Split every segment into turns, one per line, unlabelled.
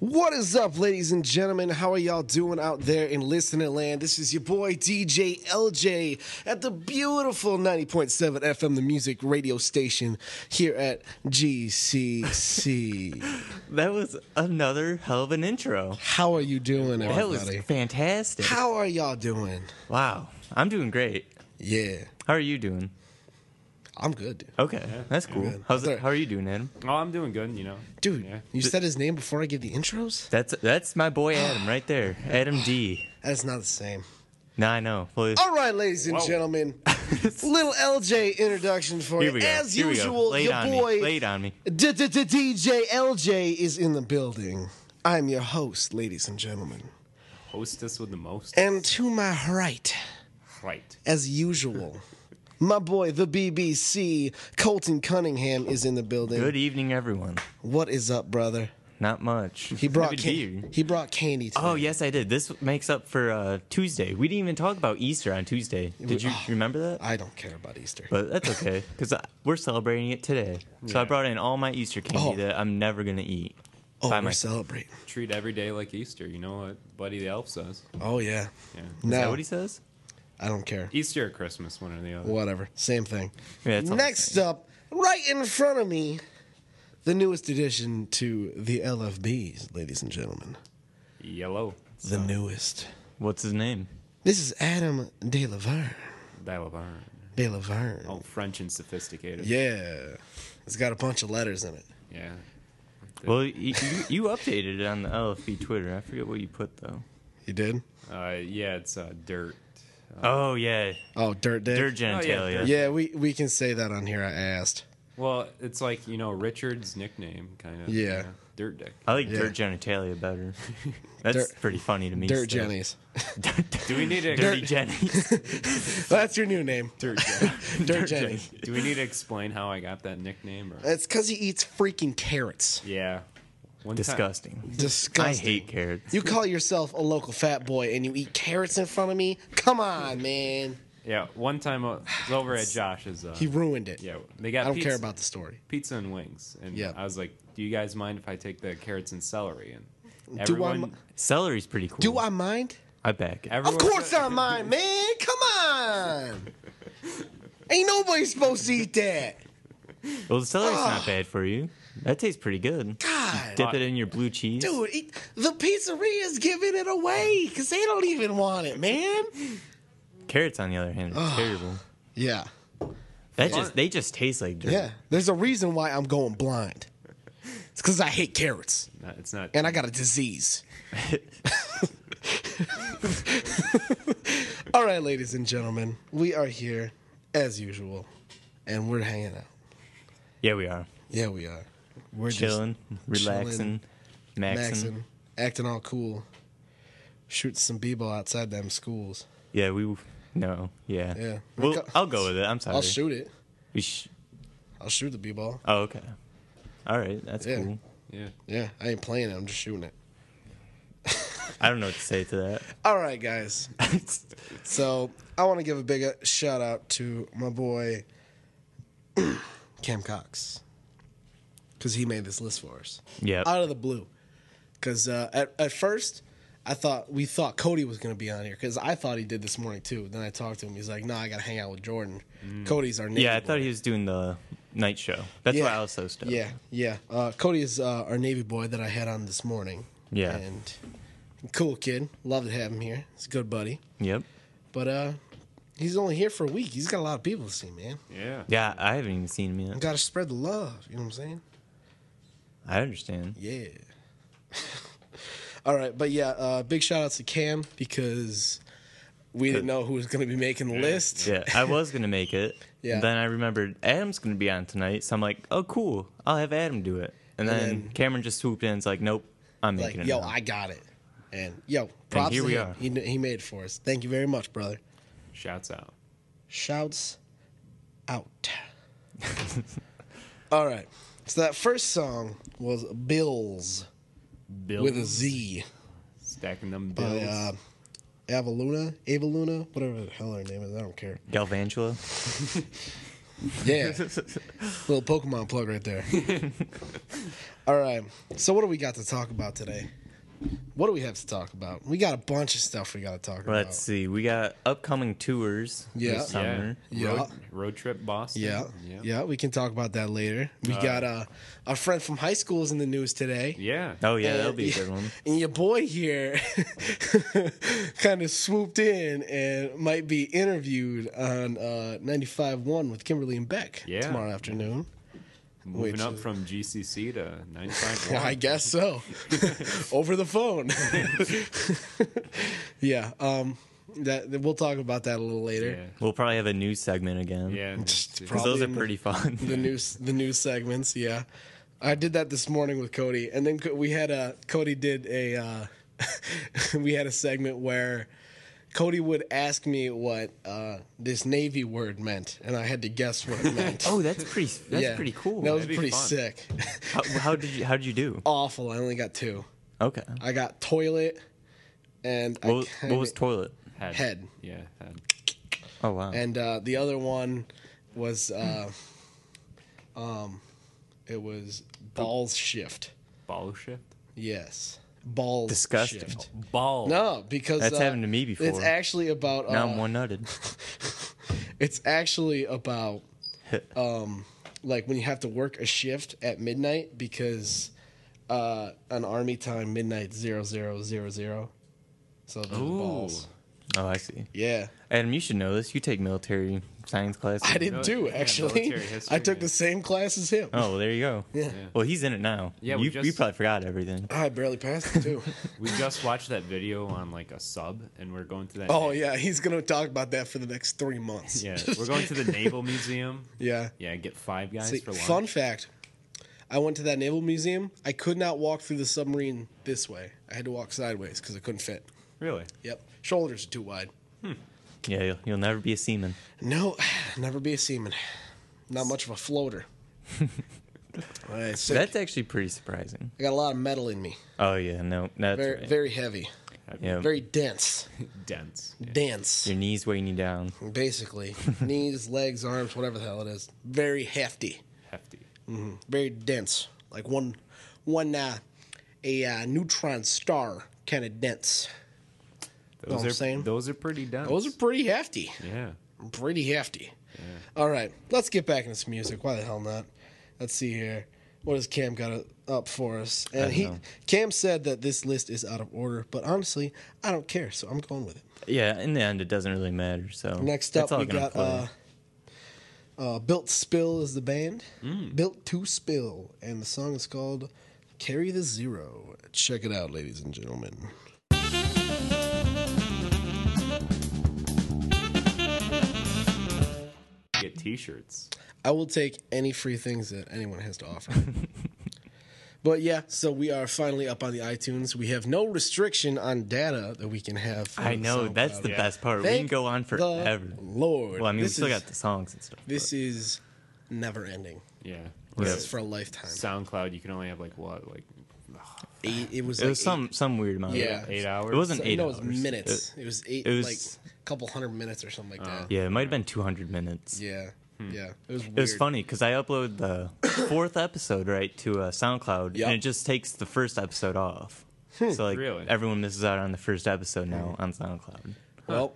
What is up, ladies and gentlemen? How are y'all doing out there in listening land? This is your boy DJ LJ at the beautiful 90.7 FM, the music radio station here at GCC.
That was another hell of an intro.
How are you doing,
That was
everybody?
fantastic.
How are y'all doing?
Wow. I'm doing great.
Yeah,
How are you doing?
I'm good, dude.
Okay, that's cool.
good.
How's
Sorry.
it, how are you doing, Adam?
Oh, I'm doing good, you know.
Dude,
Yeah.
you said his name before I give the intros?
That's that's my boy Adam right there. Adam D.
That's not the same.
Now I know. Well, it's-
All right, ladies and
Whoa.
gentlemen, little LJ introduction for
here
you.
we go.
As
Here we go.
usual,
Lay it
your
on
boy
me. Lay it on me.
DJ LJ is in the building. I'm your host, ladies and gentlemen.
Hostess with the most.
And to my right,
Right.
as usual, my boy, the BBC, Colton Cunningham is in the building.
Good evening, everyone.
What is up, brother?
Not much.
He brought
Happy to
can-
be here.
he brought candy. Today.
Oh yes, I did. This makes up for uh, Tuesday. We didn't even talk about Easter on Tuesday. Did you remember that?
I don't care about Easter.
But that's okay because we're celebrating it today. So I
Yeah.
brought in all my Easter candy
Oh.
that I'm never gonna eat.
oh,
by
we're
myself.
celebrating.
Treat every day like Easter. You know what Buddy the Elf says.
Oh yeah.
Yeah.
No,
Is that what he says?
I don't care.
Easter or Christmas, one or the other.
Whatever. Same thing.
Yeah, it's all the
Next up, right in front of me, the newest addition to the LFBs, ladies and gentlemen.
Yellow.
The newest.
What's his name?
This is Adam De La Verne.
Dalavarn.
De La Verne.
Oh, French and sophisticated.
Yeah. It's got a bunch of letters in it.
Yeah.
Well, you, you, you updated it on the LFB Twitter. I forget what you put though.
You did?
Uh, yeah, it's uh, dirt.
Oh yeah,
Oh, Dirt Dick.
their genitalia.
Dirt.
yeah, we, we can say that on here. I asked.
Well, it's like, you know, Richard's nickname, kind of.
Yeah.
Dirt dick.
I like
Yeah.
dirt genitalia better. That's
Dirt-
pretty funny to me.
Dirt
still.
Jennies.
Do we need to
Dirty Jennies.
That's your new name.
dirt dick.
Dirt, Jennies.
Do we need to explain how I got that nickname? Or...
It's because he eats freaking carrots.
Yeah. One ti-
Disgusting. I
Disgusting.
hate carrots.
You call yourself a local fat boy and you eat carrots in front of me? Come on, man.
yeah, one time uh, it was over at Josh's. Uh,
He ruined it.
yeah, they got
I don't care
pizza-
about the story.
pizza and wings. And
Yeah.
I was like, "Do you guys mind if I take the carrots and celery?" And
Do I
everyone,
mi-
Celery's pretty cool.
Do I mind?
I back it.
Of
everyone
course I mind, man. Come on. Ain't nobody supposed to eat that.
Well, the celery's not bad for you. That tastes pretty good.
God.
Dip it in your blue cheese.
Dude, eat- the pizzeria's giving it away because they don't even want it, man.
Carrots, on the other hand, are terrible.
Yeah.
That just they just taste like dirt.
Yeah. There's a reason why I'm going blind. It's because I hate carrots
No, it's not.
and I got a disease. All right, ladies and gentlemen, we are here as usual and we're hanging out.
Yeah, we are
Yeah, we are. We're just
chilling, relaxing, maxing.
maxing, acting all cool, shooting some b-ball outside them schools.
Yeah, we no. Yeah.
Yeah.
Well,
Go-
I'll go with it. I'm sorry.
I'll shoot it.
We sh-
I'll shoot the b-ball.
oh, okay. All right, that's
Yeah.
cool.
Yeah.
Yeah, I ain't playing it. I'm just shooting it.
I don't know what to say to
All right, guys.
that.
So I want to give a big uh, shout out to my boy Cam Cox because he made this list for us
yeah.
out of the blue. Because uh, at at first. I thought we thought Cody was going to be on here because I thought he did this morning too. Then I talked to him. He's like, "No, I got to hang out with Jordan. Cody's our Navy
Mm. yeah, I
boy."
thought he was doing the night show. That's why I was so stoked.
Yeah, yeah. Uh, Cody is uh, our Navy boy that I had on this morning.
Yeah.
And cool kid. Love to have him here. He's a good buddy.
Yep.
But uh, he's only here for a week. He's got a lot of people to see, man.
Yeah.
Yeah, I haven't even seen him
You
yet.
got to spread the love. You know what I'm saying?
I understand.
Yeah. All right. But yeah, uh, big shout outs to Cam because we didn't know who was going to be making the list.
Yeah, I was gonna make it.
Yeah.
Then I remembered Adam's gonna be on tonight, so I'm like, oh cool, I'll have Adam do it.
And
And, then,
then-
Cameron just swooped in. and It's like, nope, I'm
Like,
making it.
yo,
now.
I got it. And yo, props
here
to
we
him.
are.
He, he made it for us. Thank you very much, brother.
Shouts out.
Shouts out. All right. So that first song was Bills
Bills.
with a Z
Stacking them
by
bills.
uh, Avaluna, Avaluna, whatever the hell her name is. I don't care.
Galvantula.
Yeah. Little Pokemon plug right there. All right. So what do we got to talk about today? What do we have to talk about? We got a bunch of stuff we got to talk about.
Let's see. We got upcoming tours
Oh. Yeah.
this summer.
Yeah.
Road, road trip Boston.
yeah. yeah. we can talk about that later. We got uh, a friend from high school is in the news today.
Yeah.
Oh yeah, that'll
And-
be a good one.
And your boy here kind of swooped in and might be interviewed on uh, 95.1 with Kimberly and Beck
Yeah.
tomorrow afternoon.
Moving
Which-
up from GCC to 95.
I guess so. Over the phone. yeah. Um, that that- we'll talk about that a little
Yeah.
later.
We'll probably have a news segment again.
Yeah.
Just
'Cause
Probably
those are
in the-
pretty fun.
The news, the news segments. Yeah, I did that this morning with Cody, and then Co- we had a Cody did a uh, we had a segment where Cody would ask me what uh, this Navy word meant, and I had to guess what it meant.
oh, that's pretty. That's
Yeah.
pretty cool.
That was
That'd be
pretty
fun.
sick.
how, how did you? How did you do?
Awful. I only got two.
Okay.
I got toilet, and I
What was,
kinda-
what was toilet?
Head.
Head.
Yeah. Head.
Oh wow.
and uh, the other one was uh, um, it was balls shift.
Ball shift.
Yes, balls
Disgusting.
shift.
Ball.
No, because
That's
uh,
happened to me before.
It's actually about. Uh,
now I'm one nutted.
It's actually about um, like when you have to work a shift at midnight because uh, an army time midnight zero zero zero zero. So the
Ooh.
balls.
Oh, I see.
Yeah.
Adam, you should know this. You take military science class.
I didn't do
yeah,
actually.
military history,
I took
yeah.
the same class as him.
Oh, well, there you go.
Yeah.
Yeah.
Well, he's in it now.
Yeah, we
you,
just-
you probably forgot everything.
I barely passed it too.
We just watched that video on like a sub, and we're going to that.
oh yeah, he's gonna talk about that for the next three months.
Yeah. We're going to the Naval Museum.
yeah.
Yeah. Get five guys
See,
for lunch.
fun fact: I went to that naval museum. I could not walk through the submarine this way. I had to walk sideways because I couldn't fit.
Really.
Yep, shoulders are too wide.
Yeah, you'll, you'll never be a seaman.
No, never be a seaman. Not much of a floater. All right, sick.
That's actually pretty surprising.
I got a lot of metal in me.
Oh yeah, no, that's
Very,
right.
very heavy.
yeah,
Very dense.
Dense.
Dense.
your knees weighing you down.
Basically, knees, legs, arms, whatever the hell it is. Very hefty.
Hefty.
very dense, like one one uh, a uh, neutron star kind of dense.
Those
I'm
are
saying?
those are pretty dense.
Those are pretty hefty,
yeah.
pretty hefty. All right, let's get back into some music. Why the hell not? Let's see here. What has Cam got up for us? And he
know.
Cam said that this list is out of order, but honestly, I don't care, so I'm going with it.
Yeah, in the end, it doesn't really matter. So
Next
it's
up,
all
we
gonna
got
play.
uh, uh, Built Spill is the band.
Mm.
Built to Spill, and the song is called "Carry the Zero. Check it out, ladies and gentlemen.
Get T-shirts.
I will take any free things that anyone has to offer. but yeah, so we are finally up on the iTunes. We have no restriction on data that we can have. for
I know that's
SoundCloud.
the
Yeah.
best part. we can
Thank
go on
the
forever.
Lord,
Well, I mean, we
this
still
is,
got the songs and stuff.
this is never ending.
Yeah.
This
Yeah.
is for a lifetime.
SoundCloud, you can only have like what, like
Eight, it was
but it
like
was some some weird amount.
Yeah.
Of
eight hours.
It wasn't
eight,
eight
no,
hours.
it was minutes.
It-
It, was eight,
it was- Uh,
like a couple hundred minutes or something like that.
yeah, it might have been 200 minutes.
yeah, yeah. It was weird.
It was funny because I uploaded the fourth episode right to uh, SoundCloud,
Yep. Hmm.
and it just takes the first episode off. so like
Really?
everyone misses out on the first episode now on SoundCloud.
Well,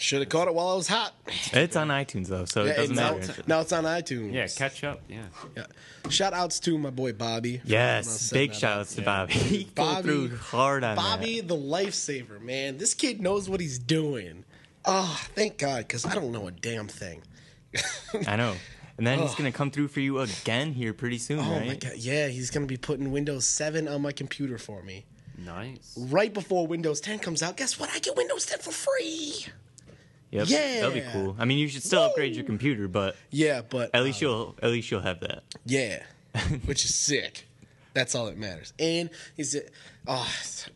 should have caught it while I was hot.
It's on iTunes though, so
Yeah,
it doesn't
it's
matter.
out- now it's on iTunes.
Yeah, catch up. Yeah.
Yeah. Shout outs to my boy Bobby. for helping us
Yes,
set
big
that up.
shout outs to Bobby. He
Bobby-
pulled through hard on
Bobby, the lifesaver, man. This kid knows what he's doing. Oh, thank God, because I don't know a damn thing.
that. I know. And then he's gonna come through for you again here pretty soon,
Oh
right?
my God. Yeah, he's going to be putting Windows 7 on my computer for me.
Nice.
Right before Windows 10 comes out, guess what? I get Windows 10 for free.
Yep,
Yeah.
that'll be cool. I mean, you should still upgrade your computer, but
Yeah, but
at least you'll at least you'll have that.
Yeah, which is sick. That's all that matters. And is it? Oh,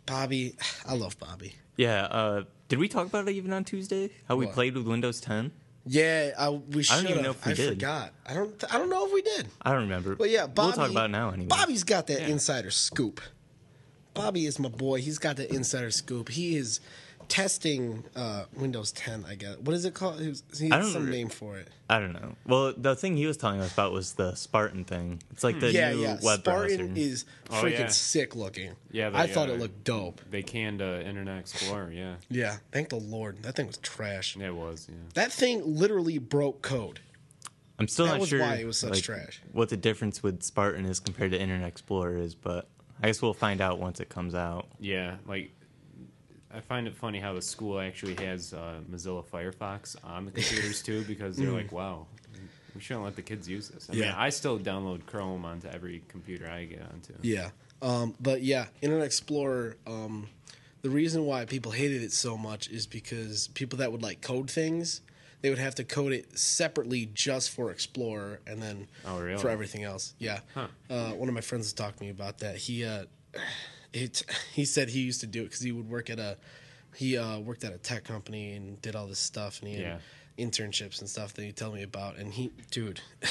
Bobby, I love Bobby.
Yeah. Uh, did we talk about it even on Tuesday? How we
What?
played with Windows 10?
Yeah, I, we should.
I don't even know if we
I
did.
forgot. I don't. I don't know if we did.
I don't remember.
But yeah, Bobby.
we'll talk about it now anyway.
Bobby's got that insider scoop. Bobby is my boy. He's got that insider scoop. He is testing uh, Windows 10, I guess. What is it called? He was- He
I
had
don't
some
re-
name for it.
I don't know. Well, the thing he was telling us about was the Spartan thing. It's like the
Hmm. yeah,
new
yeah.
web
Spartan
browser.
is
Oh,
freaking
yeah.
sick looking.
Yeah, they-
I thought
yeah.
it looked dope.
They canned uh, Internet Explorer. Yeah,
Yeah, thank the Lord. That thing was trash.
it was. Yeah,
That thing literally broke code.
I'm still
that
not
was
sure
why it was such trash.
what the difference with Spartan is compared to Internet Explorer is, but I guess we'll find out once it comes out.
yeah. Like, I find it funny how the school actually has uh, Mozilla Firefox on the computers too, because they're like, wow, we shouldn't let the kids use this. I mean,
Mm. Yeah.
I still download Chrome onto every computer I get onto.
Yeah. Um, but yeah, Internet Explorer. Um, the reason why people hated it so much is because people that would like code things, they would have to code it separately just for Explorer and then
Oh, really?
for everything else. Yeah.
Huh.
Uh, one of my friends was talking to me about that. He uh, it he said he used to do it because he would work at a he uh, worked at a tech company and did all this stuff and he had
Yeah.
internships and stuff that he'd tell me about and he dude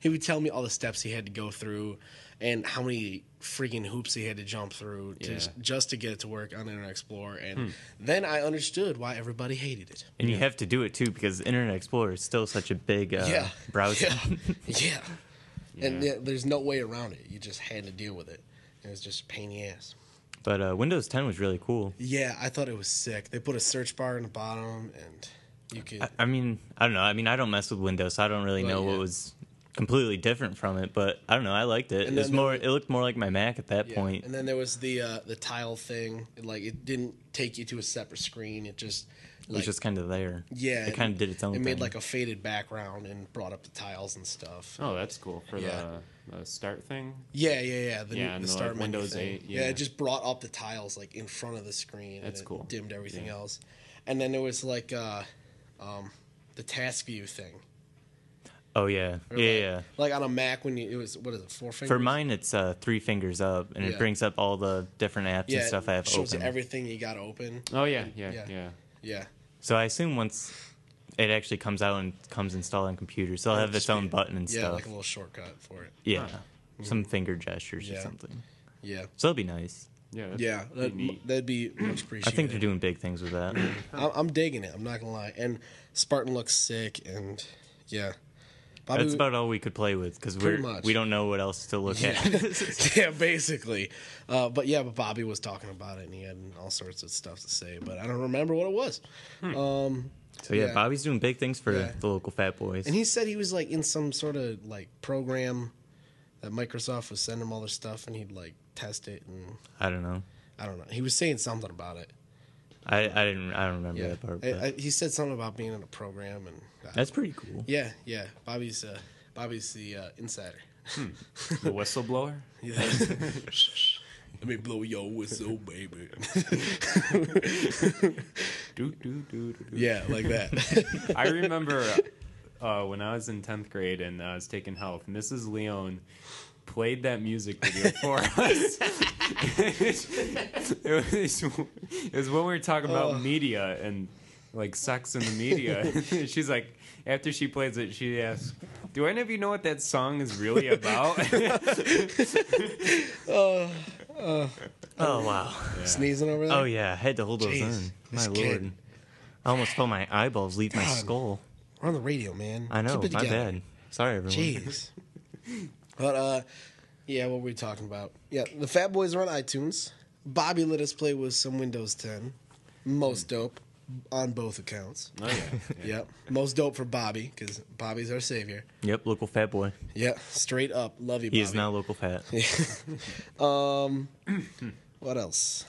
he would tell me all the steps he had to go through and how many freaking hoops he had to jump through to,
Yeah.
just to get it to work on internet explorer and then i understood why everybody hated it
And you have to do it too because Internet Explorer is still such a big uh,
yeah
browser.
yeah, yeah. and
Yeah.
yeah, there's no way around it you just had to deal with it it was just a pain in the ass
But uh, Windows 10 was really cool.
Yeah, I thought it was sick. They put a search bar in the bottom, and you could.
I, I mean, I don't know. I mean, I don't mess with Windows, so I don't really
Well,
know
yeah.
what was completely different from it. But I don't know. I liked it.
And
It was
then there
more.
was-
It looked more like my Mac at that
yeah.
point.
And then there was the uh, the tile thing. It, like it didn't take you to a separate screen. It just
it
like,
was just kind of there.
yeah.
it kind of did its own.
It
thing.
made like a faded background and brought up the tiles and stuff.
Oh, that's cool for
Yeah.
the, the start thing.
Yeah, yeah, yeah. The,
Yeah,
yeah,
and
the
the, like,
start menu
Windows
thing.
8,
it
yeah.
just brought up the tiles like in front of the screen.
That's
and it
cool.
Dimmed everything
Yeah.
else, and then there was like uh, um, the task view thing.
oh yeah,
Or,
yeah,
like-
yeah.
Like on a Mac when you it was what is it four fingers?
For mine, it's uh, three fingers up, and
Yeah.
it brings up all the different apps and stuff I have
shows you
open.
everything you got open.
Oh yeah, yeah,
Yeah.
yeah.
Yeah,
so I assume once it actually comes out and comes installed on computers, so it'll have its
Just
own
be-
button and
yeah,
stuff.
like a little shortcut for it.
yeah,
Huh.
some finger gestures
Yeah.
or something.
Yeah,
So that'll be nice.
Yeah, that's
yeah,
pretty
that,
neat.
that'd be much
I
appreciated.
think they're doing big things with that.
I'm, I'm digging it. I'm not gonna lie. And Spartan looks sick, and yeah, Bobby,
That's about all we could play with because
Pretty
we're
much.
we don't know what else to look at.
yeah, basically. Uh, but yeah, but Bobby was talking about it, and he had all sorts of stuff to say, but I don't remember what it was. Um,
so yeah,
Yeah.
Bobby's doing big things for
Yeah.
the local Fat Boys.
and he said he was like in some sort of like program that Microsoft was sending him all their stuff, and he'd like test it, and
I don't know.
I don't know. He was saying something about it.
I, I didn't I don't remember
Yeah,
that part. But
I, I, he said something about being in a program, and uh,
that's pretty cool.
yeah, yeah. Bobby's uh, Bobby's the uh, insider.
the whistleblower.
Yeah. Let me blow your whistle, baby.
Do, do, do, do, do.
yeah, like that.
I remember uh, when I was in tenth grade and I was taking health. Mrs. Leone played that music video for us. it, was, it was when we were talking about media and like sex in the media. She's like, after she plays it, she asks, "Do any of you know what that song is really about?"
Oh wow.
Sneezing over there.
Oh yeah, I had to hold those
Jeez,
in. My
this
lord.
kid.
I almost felt my eyeballs leave my
God.
skull.
We're on the radio, man.
I know,
Keep it
my
together.
bad. Sorry everyone.
Jeez. but uh, yeah, what were we talking about? Yeah, the Fat Boys are on iTunes. Bobby let us play with some Windows 10. Most dope on both accounts.
oh, yeah.
Yep. Most dope for Bobby because Bobby's our savior.
Yep, local fat boy.
Yeah, straight up. Love you,
He
Bobby.
is now local fat.
um, what else?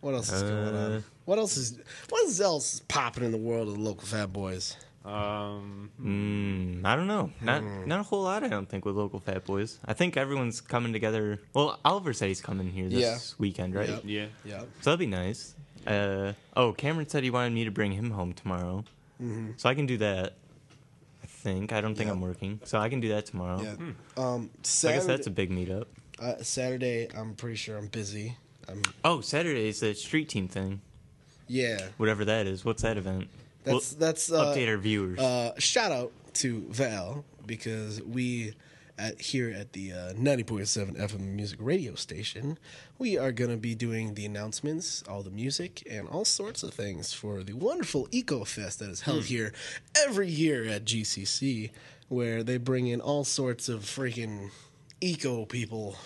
What else is going
Uh,
on? What else is what is else is popping in the world of the local fat boys?
Um,
Mm, I don't know. Not
Hmm.
not a whole lot. I don't think with local fat boys. I think everyone's coming together. Well, Oliver said he's coming here this
Yeah.
weekend, right?
Yep.
yeah.
Yeah,
So that'd be nice. Uh, oh, Cameron said he wanted me to bring him home tomorrow,
Mm-hmm.
so I can do that. I think I don't think
Yeah.
I'm working, so I can do that tomorrow.
yeah. Um,
Hmm. I
Saturday,
guess that's a big meetup.
uh, Saturday. I'm pretty sure I'm busy. I'm
Oh, Saturday is the street team thing,
yeah.
whatever that is. What's that event? We'll
That's that's uh,
update our viewers.
Uh, shout out to Val because we at, here at the uh, 90.7 FM Music Radio Station, we are going to be doing the announcements, all the music, and all sorts of things for the wonderful Eco Fest that is held here every year at GCC, where they bring in all sorts of freaking eco people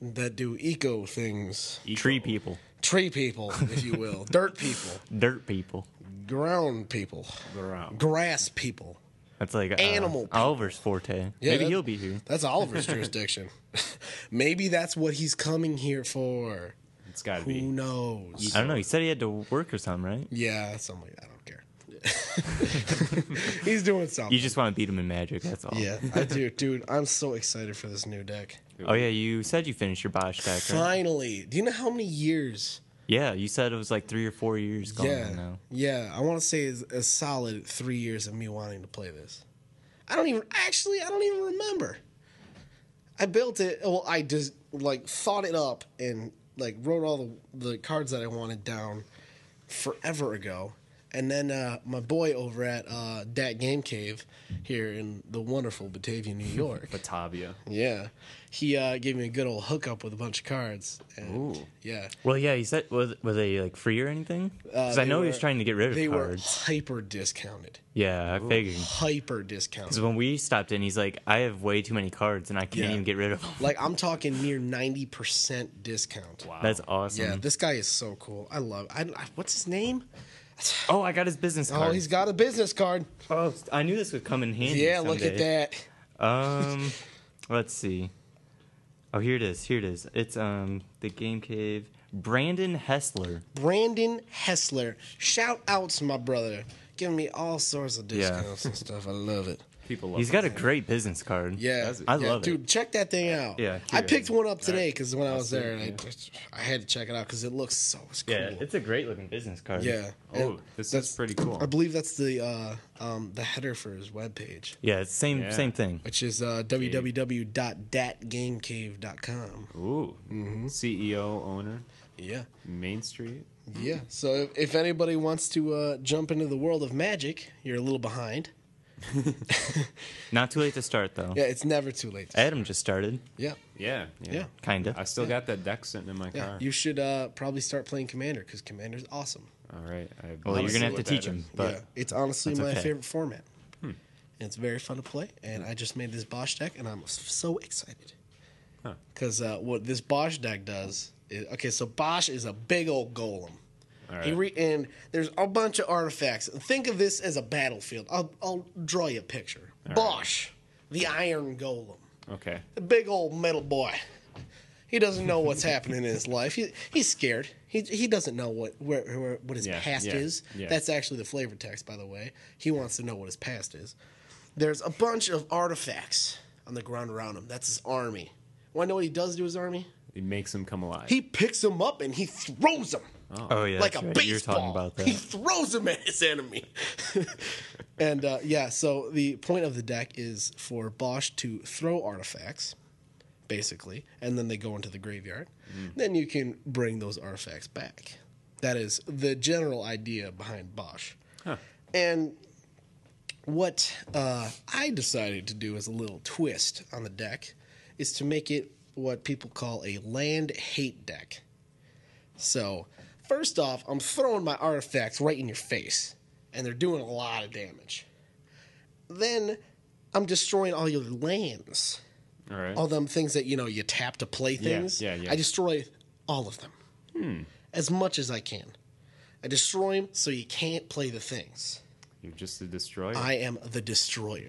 that do eco things,
Tree people,
tree people, if you will, dirt people,
dirt people.
ground people,
Ground.
grass people.
That's like uh,
Animal people.
Oliver's forte.
Yeah,
Maybe
that-
he'll be here.
That's Oliver's jurisdiction. Maybe that's what he's coming here for.
It's got to
Who
be.
knows?
I don't know. He said he had to work or something, right?
Yeah, something. Like, I don't care. he's doing something.
You just want to beat him in Magic. That's all.
yeah, I do, dude. I'm so excited for this new deck.
Oh yeah, you said you finished your Bosch deck. Right?
Finally, do you know how many years?
Yeah, you said it was like three or four years gone
yeah,
now.
yeah. I want to say it's a solid three years of me wanting to play this. I don't even actually. I don't even remember. I built it. Well, I just like thought it up and like wrote all the the cards that I wanted down forever ago. And then uh, my boy over at uh, Dat Game Cave here in the wonderful Batavia, New York.
Batavia.
yeah, he uh, gave me a good old hookup with a bunch of cards. And,
Ooh.
Yeah,
Well, yeah, he said was were they like free or anything? Because I
Uh, they
know he was
were-
trying to get rid of
they
cards.
were hyper discounted.
Yeah, I figured.
Hyper
Because
discounted.
when we stopped in, he's like, "I have way too many cards and I can't
Yeah.
even get rid of them."
Like I'm talking near ninety percent discount.
Wow.
That's awesome.
Yeah, this guy is so cool. I love. I, I- what's his name?
oh, I got his business
Oh,
card.
he's got a business card.
Oh, I knew this would come in handy.
Yeah, look at
someday.
that.
Um, let's see. Oh, here it is. Here it is. It's um the Game Cave. Brandon Hessler.
Brandon Hessler. Shout outs, my brother. Giving me all sorts of
Yeah.
discounts and stuff. I love it.
People love
He's got a great business card.
Yeah,
Does it?
I
yeah,
love it.
dude. Check that thing out.
Yeah,
I
curious.
picked one up today
Alright.
because when I was
see it,
there, I, I had to check it out because it looks so cool.
Yeah, it's a great looking business card.
yeah.
Oh,
And
this is
that's-
pretty cool.
I believe that's the uh, um, the header for his webpage.
Yeah, it's same
Yeah.
same thing.
which is uh, www.datgamecave.com.
Ooh.
Mm-hmm.
CEO, owner,
Yeah.
Main Street.
Yeah. So if, if anybody wants to uh, jump into the world of magic, you're a little behind.
Not too late to start though.
Yeah, it's never too late.
Adam just started,
Yeah.
Yeah. Yeah.
Yeah.
kinda.
I still got that deck sitting in my
Yeah.
car.
You should uh, probably start playing Commander because Commander's awesome.
All right. I
well, you're
see
gonna have to
what
teach him, but
yeah. It's honestly
that's
my
okay.
favorite format. It's very fun to play, and I just made this Bosch deck, and I'm s- so excited.
Huh.
Because uh, what this Bosch deck does is okay, so Bosch is a big old golem.
All right.
He re- and there's a bunch of artifacts. Think of this as a battlefield. I'll, I'll draw you a picture. Bosch, the Iron Golem,
okay.
the big old metal boy. He doesn't know what's happening in his life. He, he's scared. He, he doesn't know what where, where what his
Yeah,
past
yeah,
is.
yeah.
That's actually the flavor text, by the way. He wants to know what his past is. There's a bunch of artifacts on the ground around him. That's his army. Want to know what he does to his army?
It makes him come alive.
He picks them up and he throws them
oh yeah,
like
that's
a
right.
baseball.
You're talking about
He
that.
throws him at his enemy. and uh, yeah, so the point of the deck is for Bosch to throw artifacts, basically, and then they go into the graveyard.
Mm.
Then you can bring those artifacts back. That is the general idea behind Bosch. And what uh, I decided to do as a little twist on the deck is to make it what people call a land hate deck. So, first off, I'm throwing my artifacts right in your face, and they're doing a lot of damage. Then I'm destroying all your lands,
All right.
all them things that you know you tap to play things.
yeah, Hmm. yeah.
I destroy all of them as much as I can. I destroy them so you can't play the things.
You're just a destroyer.
I am the destroyer.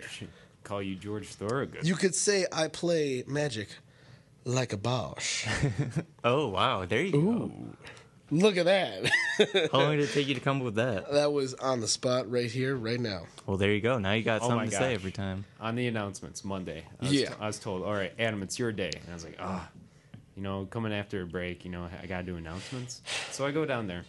Call you George Thorogood.
You could say I play magic like a Bosch.
Oh wow, there you
Look at that.
go. How long did it take you to come up with that?
that was on the spot right here, right now.
Well, there you go. Now you got
Oh, my
something to say
gosh.
every time.
On the announcements Monday. I was
Yeah.
I was told, all right, Adam, it's your day. And I was like, ah, you know, coming after a break, you know, I got to do announcements. So I go down there.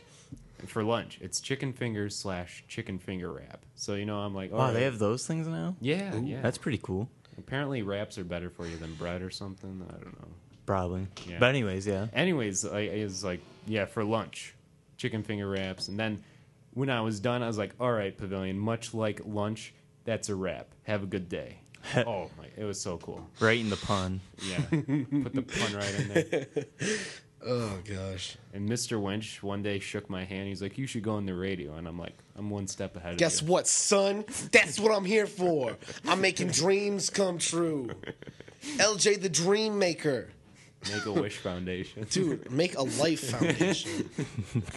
And for lunch, it's chicken fingers slash chicken finger wrap. So, you know, I'm like, oh,
Wow, they have those things now.
Yeah, yeah.
That's pretty cool.
Apparently, wraps are better for you than bread or something. I don't know.
Probably.
Yeah.
But anyways, yeah.
Anyways, I it was like, yeah, for lunch, chicken finger wraps. And then when I was done, I was like, all right, Pavilion, much like lunch, that's a wrap. Have a good day. oh my, it was so cool.
Right in the pun.
Yeah, put the pun right in there.
Oh gosh.
And Mr. Winch one day shook my hand. He's like, "You should go on the radio," and I'm like, "I'm one step ahead."
Guess
of
what, son? That's what I'm here for. I'm making dreams come true. LJ the Dream Maker.
you. Make a Wish Foundation.
Dude, make a life foundation.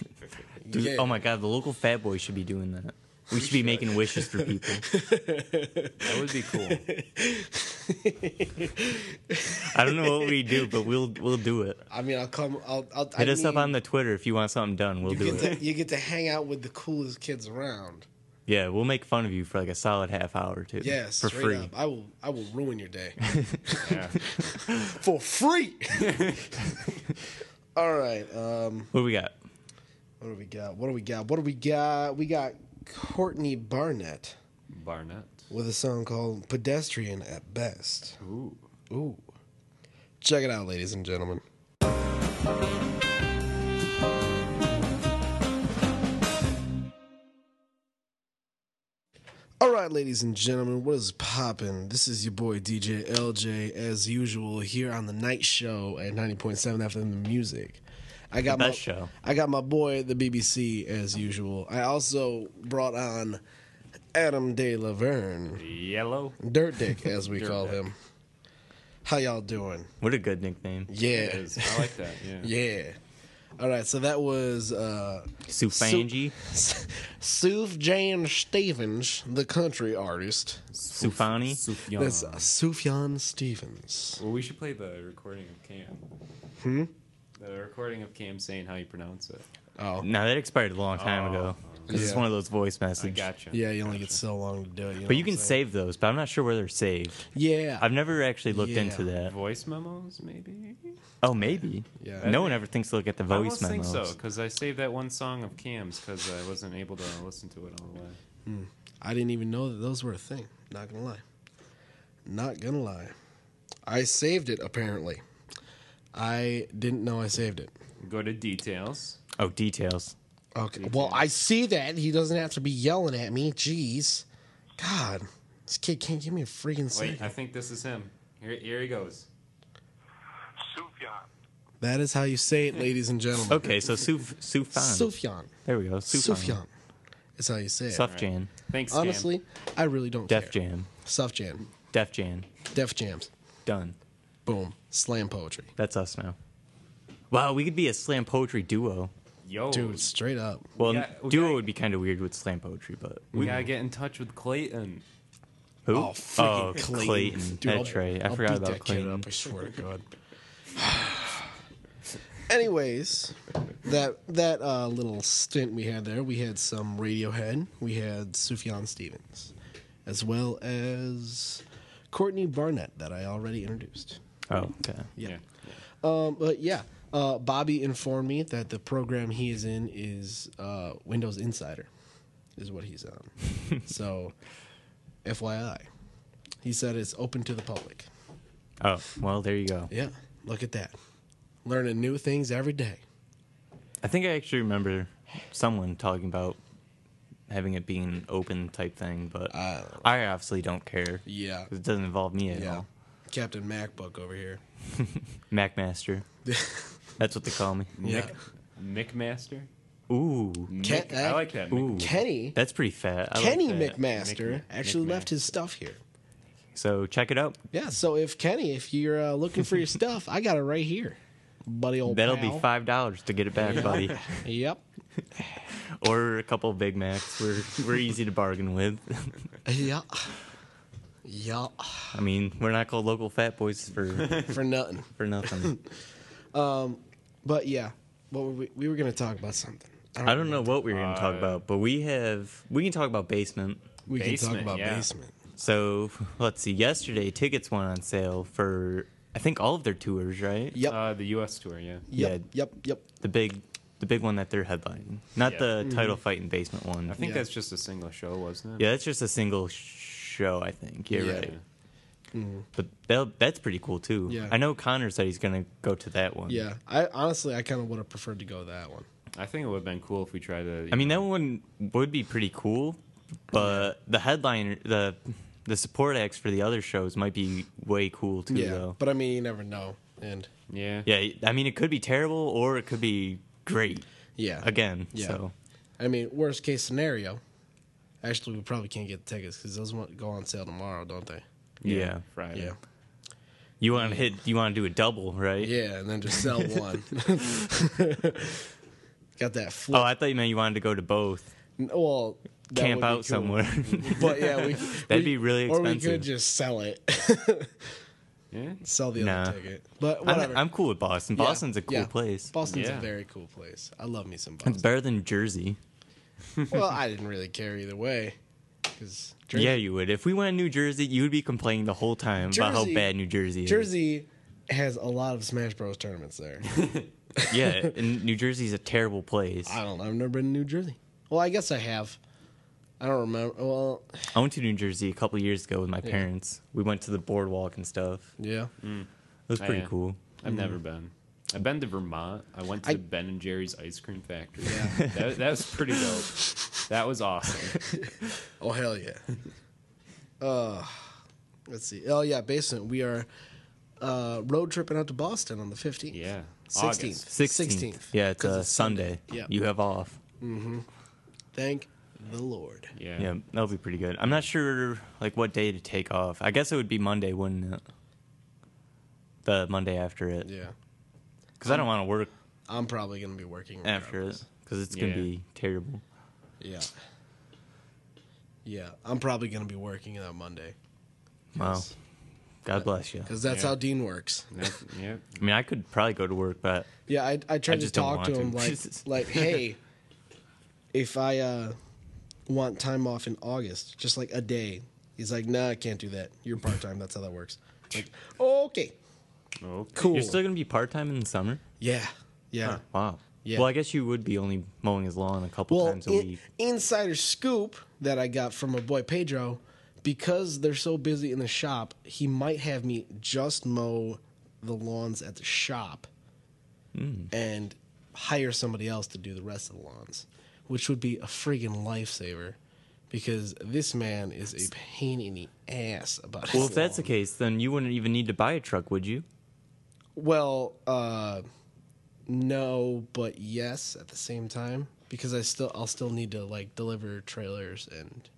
Dude,
Yeah.
Oh my god, the local fat boy should be doing that. We should be making wishes for people.
that would be cool.
I don't know what we do, but we'll we'll do it.
I mean, I'll come. I'll. I'll
Hit
I
us up
mean,
on the Twitter if you want something done. We'll
You
do
get,
it.
to, you get to hang out with the coolest kids around.
Yeah, we'll make fun of you for like a solid half hour too.
Yeah,
for
straight
free.
up. I will. I will ruin your day
Yeah.
for free. All right. Um,
What do we got?
what do we got? What do we got? What do we got? We got Courtney Barnett
Barnett.
with a song called "Pedestrian at Best."
Ooh.
Ooh. Check it out, ladies and gentlemen. All right, ladies and gentlemen, what is poppin'? This is your boy DJ LJ, as usual, here on the night show at 90.7 FM The Music. I got
The
my
best show.
I got my boy the BBC as usual. I also brought on Adam De Laverne.
Yellow.
Dirt Dick, as we
Dirt
call
Dick.
him. How y'all doing?
What a good nickname.
It
Yeah.
is. I like that. Yeah.
Yeah. All right, so that was uh,
Sufangi.
Suf Jan Stevens, the country artist.
Sufani.
Sufjan.
That's uh, Sufjan Stevens.
Well, we should play the recording of Cam. Hmm? The recording of Cam saying how you pronounce it.
Oh,
No, that expired a long time
Oh,
ago. 'Cause It's
Yeah.
one of those voice
I
messages.
gotcha.
yeah, you only
Gotcha.
get so long to do it. know
But
what
you
I'm
can
saying?
save those, but I'm not sure where they're saved.
Yeah.
I've never actually looked
Yeah.
into that.
voice memos, maybe.
Oh, maybe.
Yeah.
No one ever thinks to look at the
I
voice
almost think
memos.
so because I saved that one song of Cam's because I wasn't able to listen to it all the way.
I didn't even know that those were a thing. Not gonna lie. Not gonna lie. I saved it, apparently. I didn't know I saved it.
Go to details.
Oh, details.
Okay. Well, I see that. He doesn't have to be yelling at me. Jeez. God. This kid can't give me a freaking
Wait, I
second.
think this is him. Here, here he goes.
Sufjan.
That is how you say it, ladies and gentlemen.
Okay, so Suf Sufan.
Sufjan.
there we go. Sufan.
Sufjan. Is how you say it.
Sufjan.
Thanks, Cam.
Honestly, I really don't
Def
care.
Jam.
Sufjan.
Def Jam.
Def Jams.
Done.
Boom. Slam poetry.
That's us now. Wow, we could be a slam poetry duo.
Yo,
Dude, straight up.
Well,
Yeah, we
duo
gotta-
would be kind of weird with slam poetry, but
we gotta get in touch with Clayton.
who?
Oh, freaking
Oh,
Clayton. Dude,
That's
I'll-
right. I
I'll
forgot
beat
about
that
Clayton.
Kid up, I swear to God. Anyways, that that uh, little stint we had there, we had some Radiohead, we had Sufjan Stevens, as well as Courtney Barnett that I already introduced.
Oh, okay.
Yeah. Um, but yeah, uh, Bobby informed me that the program he is in is uh, Windows Insider, is what he's on. so, FYI, he said it's open to the public.
Oh, well, there you go.
Yeah, look at that. Learning new things every day.
I think I actually remember someone talking about having it being an open type thing, but
I don't
I obviously don't care.
Yeah.
'cause It doesn't involve me at all.
Captain MacBook over here.
MacMaster. That's what they call me.
Yeah.
Mick Master.
Ooh.
Ken-
Mick- I like that. Mick.
Ooh.
Kenny.
That's pretty fat. I like
Kenny
that.
McMaster
Mc-
actually
McMaster.
left his stuff here.
So check it out.
Yeah, so if Kenny, if you're uh, looking for your stuff, I got it right here, buddy. Old
That'll
pal.
be five dollars to get it back, buddy.
Yep.
or a couple of Big Macs. We're we're easy to bargain with.
Yeah. Yeah.
I mean, we're not called local fat boys for
For nothing.
for nothing.
But yeah, what were we, we were gonna talk about something.
I don't know what we we're going to talk
Uh,
about, but we have we can talk about basement.
We
Basement,
can talk about
yeah.
basement.
So let's see. Yesterday, tickets went on sale for I think all of their tours, right?
Yep.
Uh, the U.S. tour, yeah.
yep.
yeah.
Yep. Yep.
The big, the big one that they're headlining, not
Yeah.
the title fight and basement one.
I think
Mm-hmm. Yeah.
that's just a single show, wasn't it?
yeah, that's just a single show. I think. Yeah,
Yeah. Mm-hmm.
right. But they'll- that's pretty cool too.
Yeah.
I know Connor said he's gonna go to that one.
Yeah. I honestly, I kind of would have preferred to go that one.
I think it would have been cool if we tried to. you
I mean
know,
that one would be pretty cool, but the headliner, the the support acts for the other shows might be way cool too,
Yeah,
though.
but I mean, you never know. And
Yeah.
Yeah, I mean, it could be terrible or it could be great
yeah,
again.
Yeah.
So
I mean, worst case scenario. Actually, we probably can't get tickets because those won't go on sale tomorrow, don't they?
yeah.
Friday.
Yeah,
you want to hit, you want to do a double, right?
yeah, and then just sell one. Got that flip.
Oh, I thought you meant you wanted to go to both,
well, that
camp
would be
out
cool.
somewhere.
But yeah, we, we-
That'd be really
Or we could
expensive.
just sell it,
Yeah.
sell the
Nah.
other ticket. But whatever.
I'm, I'm cool with Boston.
Yeah,
Boston's a cool
yeah.
place.
Boston's a
Yeah.
very cool place. I love me some
It's
Boston.
better than Jersey.
well, I didn't really care either way. 'cause Jer-
Yeah, you would. If we went to New Jersey, you would be complaining the whole time about how
Jersey-
bad New Jersey is.
Jersey has a lot of Smash Bros tournaments there.
Yeah, and New Jersey's a terrible place.
I don't know. I've never been to New Jersey. Well, I guess I have. I don't remember. Well,
I went to New Jersey a couple years ago with my parents. We went to the boardwalk and stuff.
yeah.
Mm. It was
Oh,
pretty
yeah.
cool.
I've never been. I've been to Vermont. I went to
Mm-hmm. I-
the Ben and Jerry's ice cream factory.
Yeah.
that, that was pretty dope. That was awesome.
Oh hell yeah. uh, let's see. Oh yeah, basement. We are uh, road tripping out to Boston on the fifteenth.
Yeah.
Sixteenth.
August.
16th. Yeah, it's
'Cause
a
it's
Sunday.
Yeah.
You have off.
Thank the Lord.
Yeah.
Yeah, that'll be pretty good. I'm not sure like what day to take off. I guess it would be Monday, wouldn't it? The Monday after it.
Yeah.
Because I don't want to work
I'm probably gonna be working
after
regardless.
it because it's going
Yeah.
to be terrible.
Yeah. Yeah, I'm probably gonna be working that Monday
Wow. God bless you.
because that's
Yeah.
how Dean works.
That- yeah.
I mean, I could probably go to work, but
Yeah, I I tried to
just don't
talk to
want
him
to.
like like hey, if I uh, want time off in August, just like a day. He's like, nah, I can't do that. You're part time. That's how that works. Like, okay,
Okay.
cool.
you're still going to be part time in the summer?
yeah, yeah.
Wow.
Yeah.
Well, I guess you would be only mowing his lawn a couple
Well,
times a
in-
week.
insider scoop that I got from my boy Pedro, because they're so busy in the shop, he might have me just mow the lawns at the shop
Hmm.
and hire somebody else to do the rest of the lawns, which would be a friggin' lifesaver because this man is a pain in the ass about his
Well, if that's the
lawn.
case, then you wouldn't even need to buy a truck, would you?
Well, uh, no, but yes at the same time because I still I'll still need to like deliver trailers and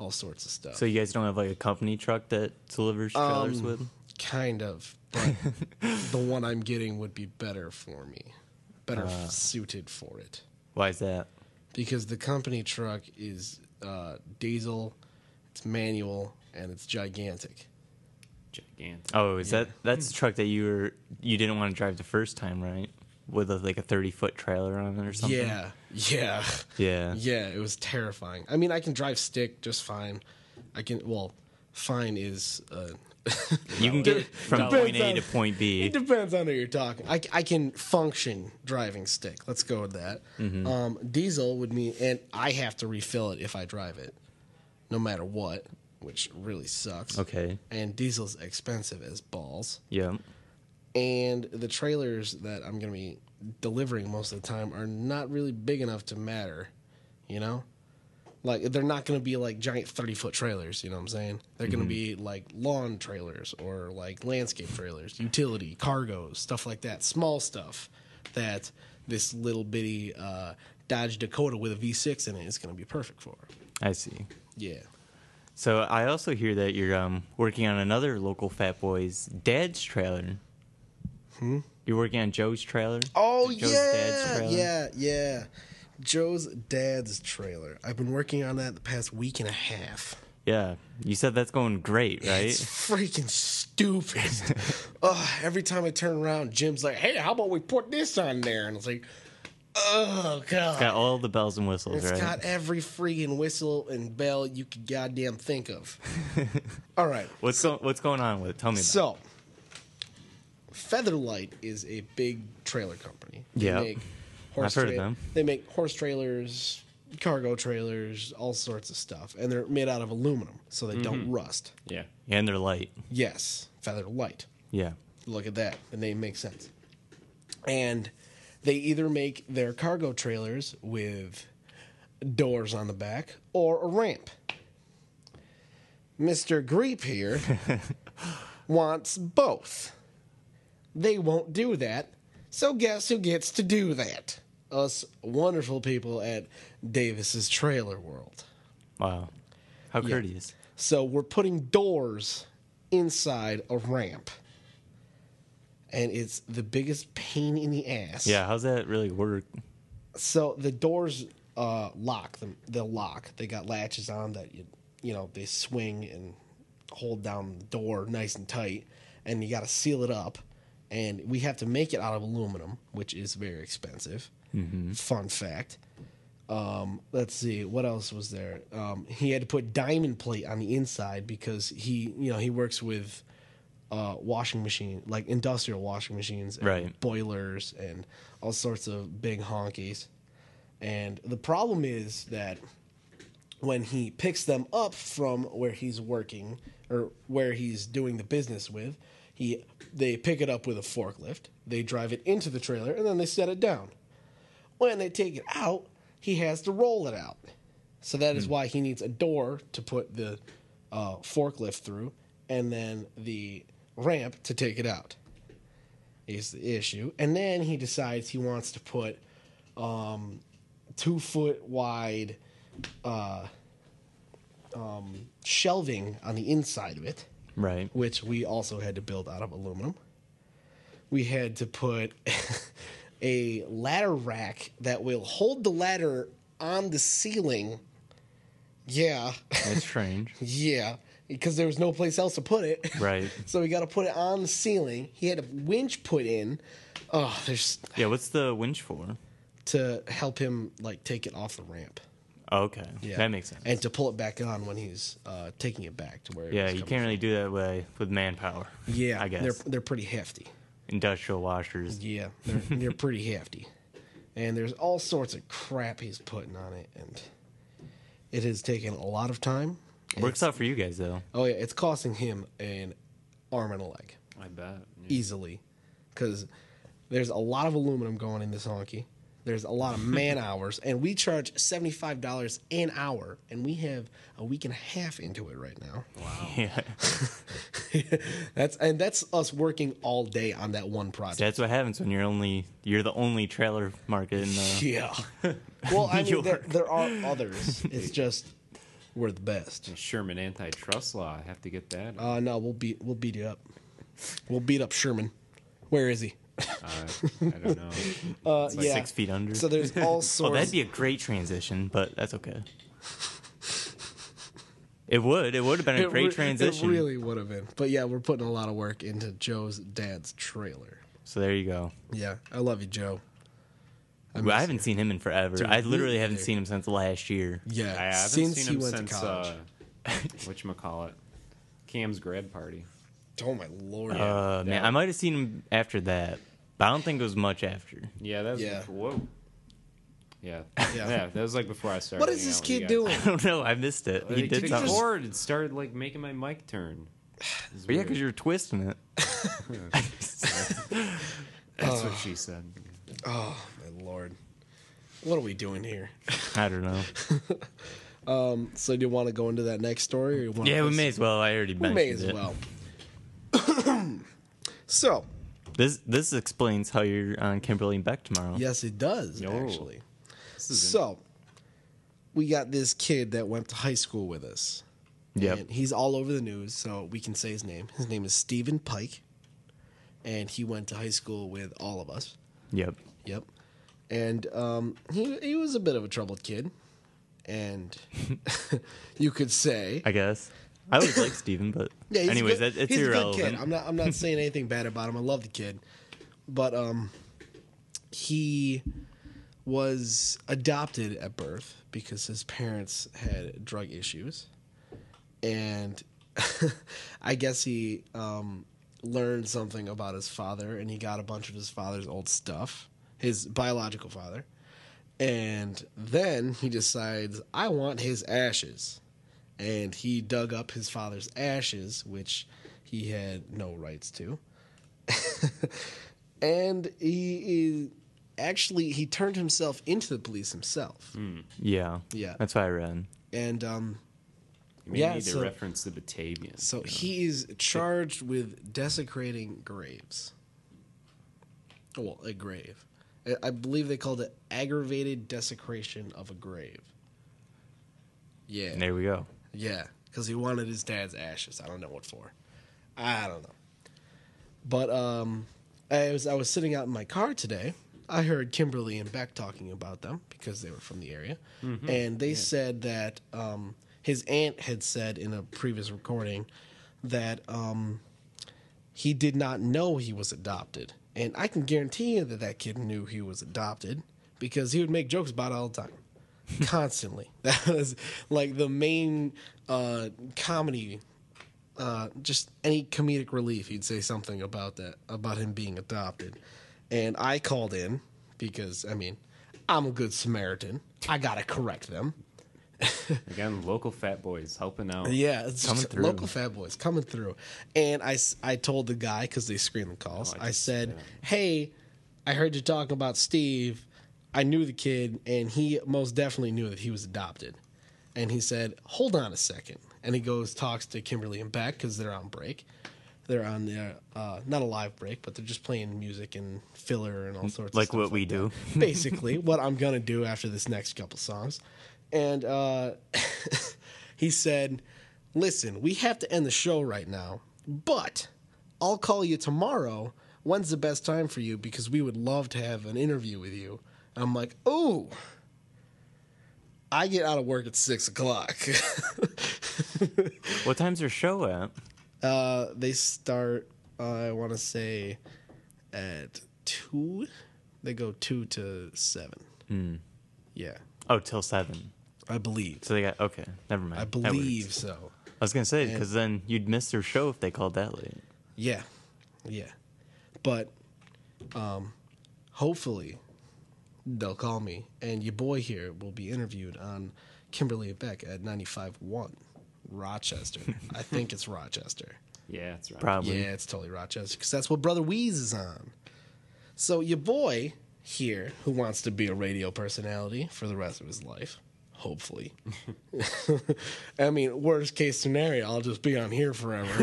all sorts of stuff.
So you guys don't have like a company truck that delivers trailers
Um,
with?
kind of, but the one I'm getting would be better for me, better
Uh.
f suited for it
Why is that?
because the company truck is uh, diesel, it's manual, and it's gigantic.
Gigantic.
Oh, is that that's
Hmm.
the truck that you were you didn't want to drive the first time, right? With a, like a thirty foot trailer on it or something.
Yeah, yeah.
Yeah.
Yeah, it was terrifying. I mean, I can drive stick just fine. I can well, fine is uh,
You can get from
Depends
point A
on-
to point
it
B.
depends on who you're talking. I, I can function driving stick. Let's go with that.
Mm-hmm.
Um, diesel would mean, and I have to refill it if I drive it, no matter what, which really sucks.
Okay.
And diesel's expensive as balls.
Yeah.
and the trailers that I'm gonna be delivering most of the time are not really big enough to matter, you know. Like they're not gonna be like giant thirty foot trailers, you know what I'm saying? They're gonna be like lawn trailers or like landscape trailers, utility, cargos, stuff like that, small stuff that this little bitty uh, Dodge Dakota with a V6 in it is gonna be perfect for.
I see.
Yeah.
So I also hear that you're um, working on another local Fat Boy's dad's trailer. Hmm. You're working on Joe's trailer.
Hmm? Oh
Joe's dad's
yeah,
trailer?
yeah, yeah. Joe's dad's trailer. I've been working on that the past week and a half.
Yeah. You said that's going great, right?
It's freaking stupid. Ugh, every time I turn around, Jim's like, "Hey, how about we put this on there?" And it's like, "Oh god."
Got all the bells and whistles,
It's
right?
got every freaking whistle and bell you could goddamn think of. All right.
What's go- what's going on with it? Tell me. About
So, Featherlight is a big trailer company. They
Yeah.
make horse
I've heard of
tra-
them.
They make horse trailers, cargo trailers, all sorts of stuff, and they're made out of aluminum, so they don't
Mm-hmm.
rust.
Yeah.
it. And they're light.
Yes, Featherlight.
Yeah.
Look at that. The name makes sense. And they either make their cargo trailers with doors on the back or a ramp. Mr. Greep here wants both. They won't do that. So guess who gets to do that? Us wonderful people at Davis's Trailer World.
Wow. How courteous.
So we're putting doors inside a ramp. And it's the biggest pain in the ass.
Yeah, how's that really work?
So the doors uh, lock them. They'll lock. They got latches on that you you know they swing and hold down the door nice and tight, and you got to seal it up. And we have to make it out of aluminum, which is very expensive. Fun fact. Um, let's see what else was there. Um, he had to put diamond plate on the inside because he you know he works with uh, washing machine like industrial washing machines and
Right.
boilers and all sorts of big honkies. And the problem is that when he picks them up from where he's working or where he's doing the business with, he they pick it up with a forklift, they drive it into the trailer, and then they set it down. When they take it out, he has to roll it out. So that is why he needs a door to put the uh, forklift through, and then the ramp to take it out. Is the issue, and then he decides he wants to put um, two foot wide uh, um, shelving on the inside of it,
Right.
which we also had to build out of aluminum. We had to put a ladder rack that will hold the ladder on the ceiling. Yeah,
That's strange.
yeah, because there was no place else to put it.
Right.
So we got to put it on the ceiling. He had a winch put in. Oh, there's
Yeah, what's the winch for?
to help him like take it off the ramp.
Oh, okay. That makes sense.
And to pull it back on when he's uh, taking it back to where. It
yeah,
was
you
coming
can't really do that way with manpower.
From. Yeah,
I guess.
they're they're pretty hefty.
Industrial washers.
Yeah, they're they're pretty hefty, and there's all sorts of crap he's putting on it, and it has taken a lot of time. and
Works
it's-
out for you guys though.
Oh yeah, it's costing him an arm and a leg
I bet. Yeah.
easily, because there's a lot of aluminum going in this honky. There's a lot of man hours, and we charge seventy five dollars an hour, and we have a week and a half into it right now.
Yeah.
that's and that's us working all day on that one project.
That's what happens when you're only you're the only trailer market in the
yeah. well, I mean,
You
there,
are.
there are others. It's just we're the best.
Sherman antitrust law. I have to get that.
Uh, no, we'll beat we'll beat you up. We'll beat up Sherman. Where is he?
Uh, I don't know.
Uh,
like six feet under.
So there's all
Oh,
sorts.
that'd be a great transition, but that's okay. It would. It would have been a
It
great
re-
transition.
It really would have been, but yeah, we're putting a lot of work into Joe's dad's trailer.
So there you go.
Yeah, I love you, Joe.
Well, I haven't seen him in forever. I
me
literally haven't
neither.
seen him since last year.
Yeah,
I haven't
since
seen
he
him
went
since
to college.
uh, call it, Cam's grad party.
oh my lord!
Uh, man,
Yeah.
I might have seen him after that, but I don't think it was much after.
Yeah, that was
Yeah.
before. Whoa. Yeah.
Yeah.
yeah, that was like before I started.
what is
hanging
this
out with
kid
you guys.
doing?
I don't know. I missed it.
He
He
did
did
the
something.
cord and started like making my mic turn. It was
But yeah,
weird.
because you're twisting it.
That's what she said.
Oh my lord! What are we doing here?
I don't know.
So do you want to go into that next story? Or you want
Yeah, we may as well. I already
We
mentioned
may as
it.
well. so
This this explains how you're on Kimberly and Beck tomorrow.
yes, it does
Yo.
actually.
This is
So we got this kid that went to high school with us.
Yep.
And he's all over the news, so we can say his name. His name is Stephen Pike, and he went to high school with all of us.
Yep.
Yep. And um, he he was a bit of a troubled kid, and you could say,
I guess. I always like Steven, but
yeah. He's
anyways,
a good,
that, it's
he's
irrelevant.
a good kid. I'm not I'm not saying anything bad about him. I love the kid, but um, he was adopted at birth because his parents had drug issues, and I guess he um, learned something about his father, and he got a bunch of his father's old stuff, his biological father, and then he decides I want his ashes, and he dug up his father's ashes, which he had no rights to and he is actually he turned himself into the police himself
yeah.
Yeah.
That's what I read.
and um
You may
Yeah,
need to
so-
reference the Batavian.
So
you know.
he is charged with desecrating graves. Well, a grave. I- I believe they called it aggravated desecration of a grave. Yeah.
There we go.
Yeah, because he wanted his dad's ashes. I don't know what for. I don't know. But um, I was I was sitting out in my car today. I heard Kimberly and Beck talking about them because they were from the area, and they said that um, his aunt had said in a previous recording that um, he did not know he was adopted, and I can guarantee you that that kid knew he was adopted because he would make jokes about it all the time constantly. That was like the main uh, comedy. Uh, just any comedic relief, he'd say something about that, about him being adopted. And I called in because, I mean, I'm a good Samaritan. I gotta correct them.
again, local fat boys helping out.
Yeah, it's
Coming
just
through.
local fat boys coming through. And I, s- I told the guy because they screen the calls.
Oh, I
I,
just-
said,
yeah.
"Hey, I heard you talking about Steve. I knew the kid, and he most definitely knew that he was adopted." And he said, "Hold on a second. And he goes talks to Kimberly and Beck because they're on break. They're on their uh, not a live break, but they're just playing music and filler
Hmm.
and all sorts. of
Like
stuff
what we
that
do.
basically what I'm gonna do after this next couple songs. And uh, he said, "Listen, we have to end the show right now, but I'll call you tomorrow. When's the best time for you? Because we would love to have an interview with you." And I'm like, "Oh, I get out of work at six o'clock.
What time's your show at?
uh, they start, uh, I want to say, at two. They go two to seven. Yeah."
Oh, till seven.
I believe.
Hmm. So they got okay. Never mind.
I
That works.
believe so.
I was gonna say because then you'd miss their show if they called that late.
Yeah. Yeah. But um hopefully they'll call me and your boy here will be interviewed on Kimberly and Beck at 95.1 Rochester. I think it's Rochester.
Yeah, that's right.
Probably.
Yeah, it's totally Rochester because that's what Brother Wheeze is on. So your boy here, who wants to be a radio personality for the rest of his life, hopefully. I mean, worst case scenario, I'll just be on here forever.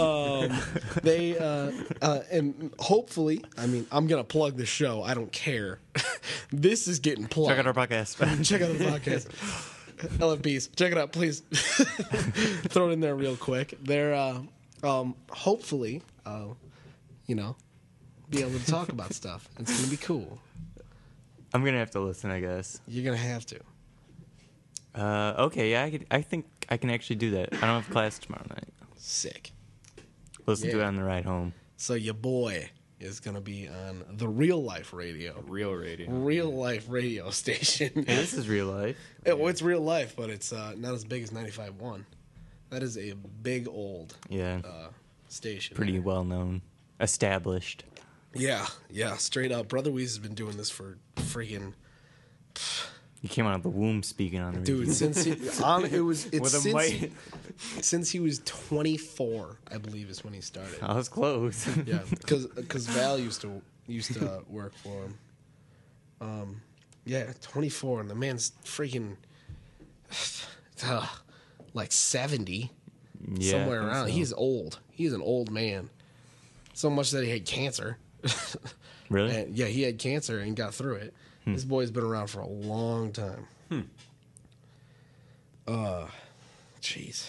um, they uh, uh, and hopefully, I mean, I'm gonna plug the show. I don't care. this is getting plugged.
Check out our podcast.
Check out the podcast. LFBs. Check it out, please. Throw it in there real quick. They're uh, um, hopefully, uh, you know, be able to talk about stuff. It's gonna be cool.
I'm gonna have to listen, I guess.
You're gonna have to.
Uh, okay, yeah, I could, I think I can actually do that. I don't have class tomorrow night.
Sick.
Listen to it
Yeah.
on the ride home.
So your boy is gonna be on the real life radio,
Real radio.
real life radio station.
Hey, this is real life.
Yeah, well, it's real life, but it's uh, not as big as 95.1. That is a big old
Yeah,
uh, station.
pretty well known, established.
Yeah, yeah, straight up. Brother Weeze has been doing this for freaking
You came out of the womb speaking on the
dude
radio.
since he on it was it's
With a
since,
mic.
since he was 24, I believe is when he started.
I was close.
Yeah, because Val used to used to work for him. Um, yeah, 24, and the man's freaking uh, like 70
Yeah,
somewhere
I think
around.
so.
He's old. He's an old man. So much that he had cancer.
really.
And yeah, he had cancer and got through it.
Hmm.
This boy's been around for a long time. Hmm. Uh, jeez.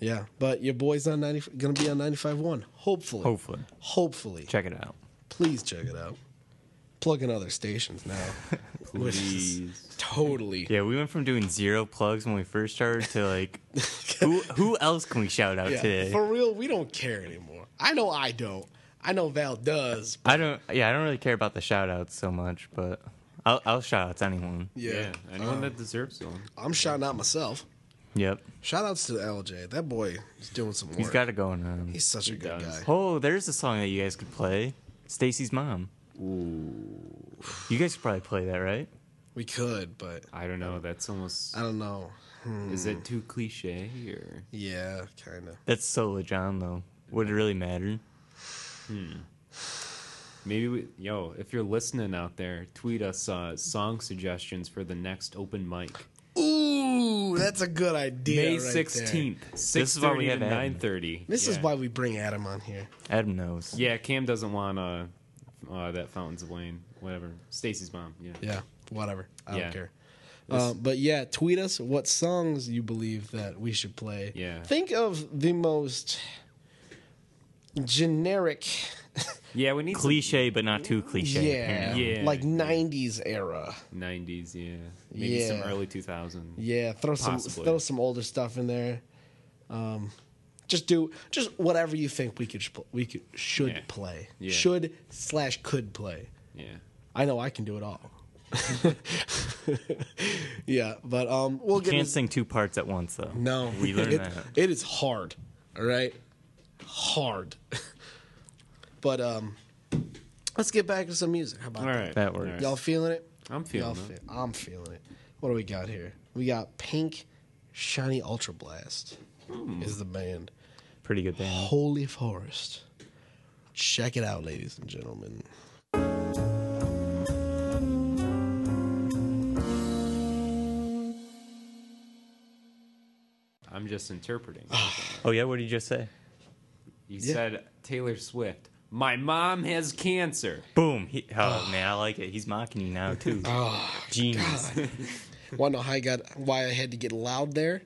Yeah, but your boy's on ninety, gonna be on ninety five one. Hopefully,
Hopefully.
hopefully.
Check it out.
Please check it out. Plug in other stations now, which is
Please.
totally.
Yeah, we went from doing zero plugs when we first started to like, who who else can we shout out
Yeah,
today?
for real, we don't care anymore. I know I don't. I know Val does.
I don't. Yeah, I don't really care about the shout outs so much, but I'll, I'll shout outs anyone.
Yeah, Uh,
Yeah. Anyone that deserves one.
I'm shouting out myself.
Yep,
Shout outs to LJ. That boy is doing some work.
he's got it going on. um,
He's such a
He
good
does.
guy.
Oh, there's a song that you guys could play. Stacy's mom. You guys could probably play that, right?
We could, but
I don't
Um,
know. That's almost.
I don't know.
Is
mm.
it too cliche or?
Yeah, kind of.
That's solo John though. Would it really matter?
Maybe we, yo, if you're listening out there, tweet us uh, song suggestions for the next open mic.
Ooh, that's a good idea.
May
right there.
sixteenth, six
is why we
thirty to
have Adam.
nine thirty.
This is why we bring Adam on here.
Adam knows.
Yeah, Cam doesn't want uh, uh that Fountains of Wayne, whatever. Stacy's mom. Yeah.
Yeah, whatever. I
Yeah.
don't care. Uh, but yeah, tweet us what songs you believe that we should play.
Yeah.
Think of the most generic,
Yeah, we need
Cliche, but not too cliche.
yeah,
apparently.
Yeah.
like '90s era.
some nineties. Yeah, maybe some
Yeah.
early two thousand.
Yeah, throw some
Possibly.
throw some older stuff in there. Um, just do just whatever you think we could sh- we could should
Yeah.
play
Yeah.
should slash could play.
Yeah.
I know I can do it all. yeah, but um, we'll get
Can't
into-
sing two parts at once though.
No,
we learned
It-
that.
It is hard, all right, hard. but um, let's get back to some music. How about
All
that?
right,
That works.
Y'all feeling it?
I'm feeling
Y'all
it.
fe- I'm feeling it. What do we got here? We got Pink Shiny Ultra Blast
Hmm.
is the band.
Pretty good band.
Holy Forest. Check it out, ladies and gentlemen.
I'm just interpreting.
Ah,
Oh yeah, what did you just say?
You said Taylor Swift. My mom has cancer.
Boom. He, oh man, I like it. He's mocking you now too.
Oh,
Genius.
Want to know how I got why I had to get loud there?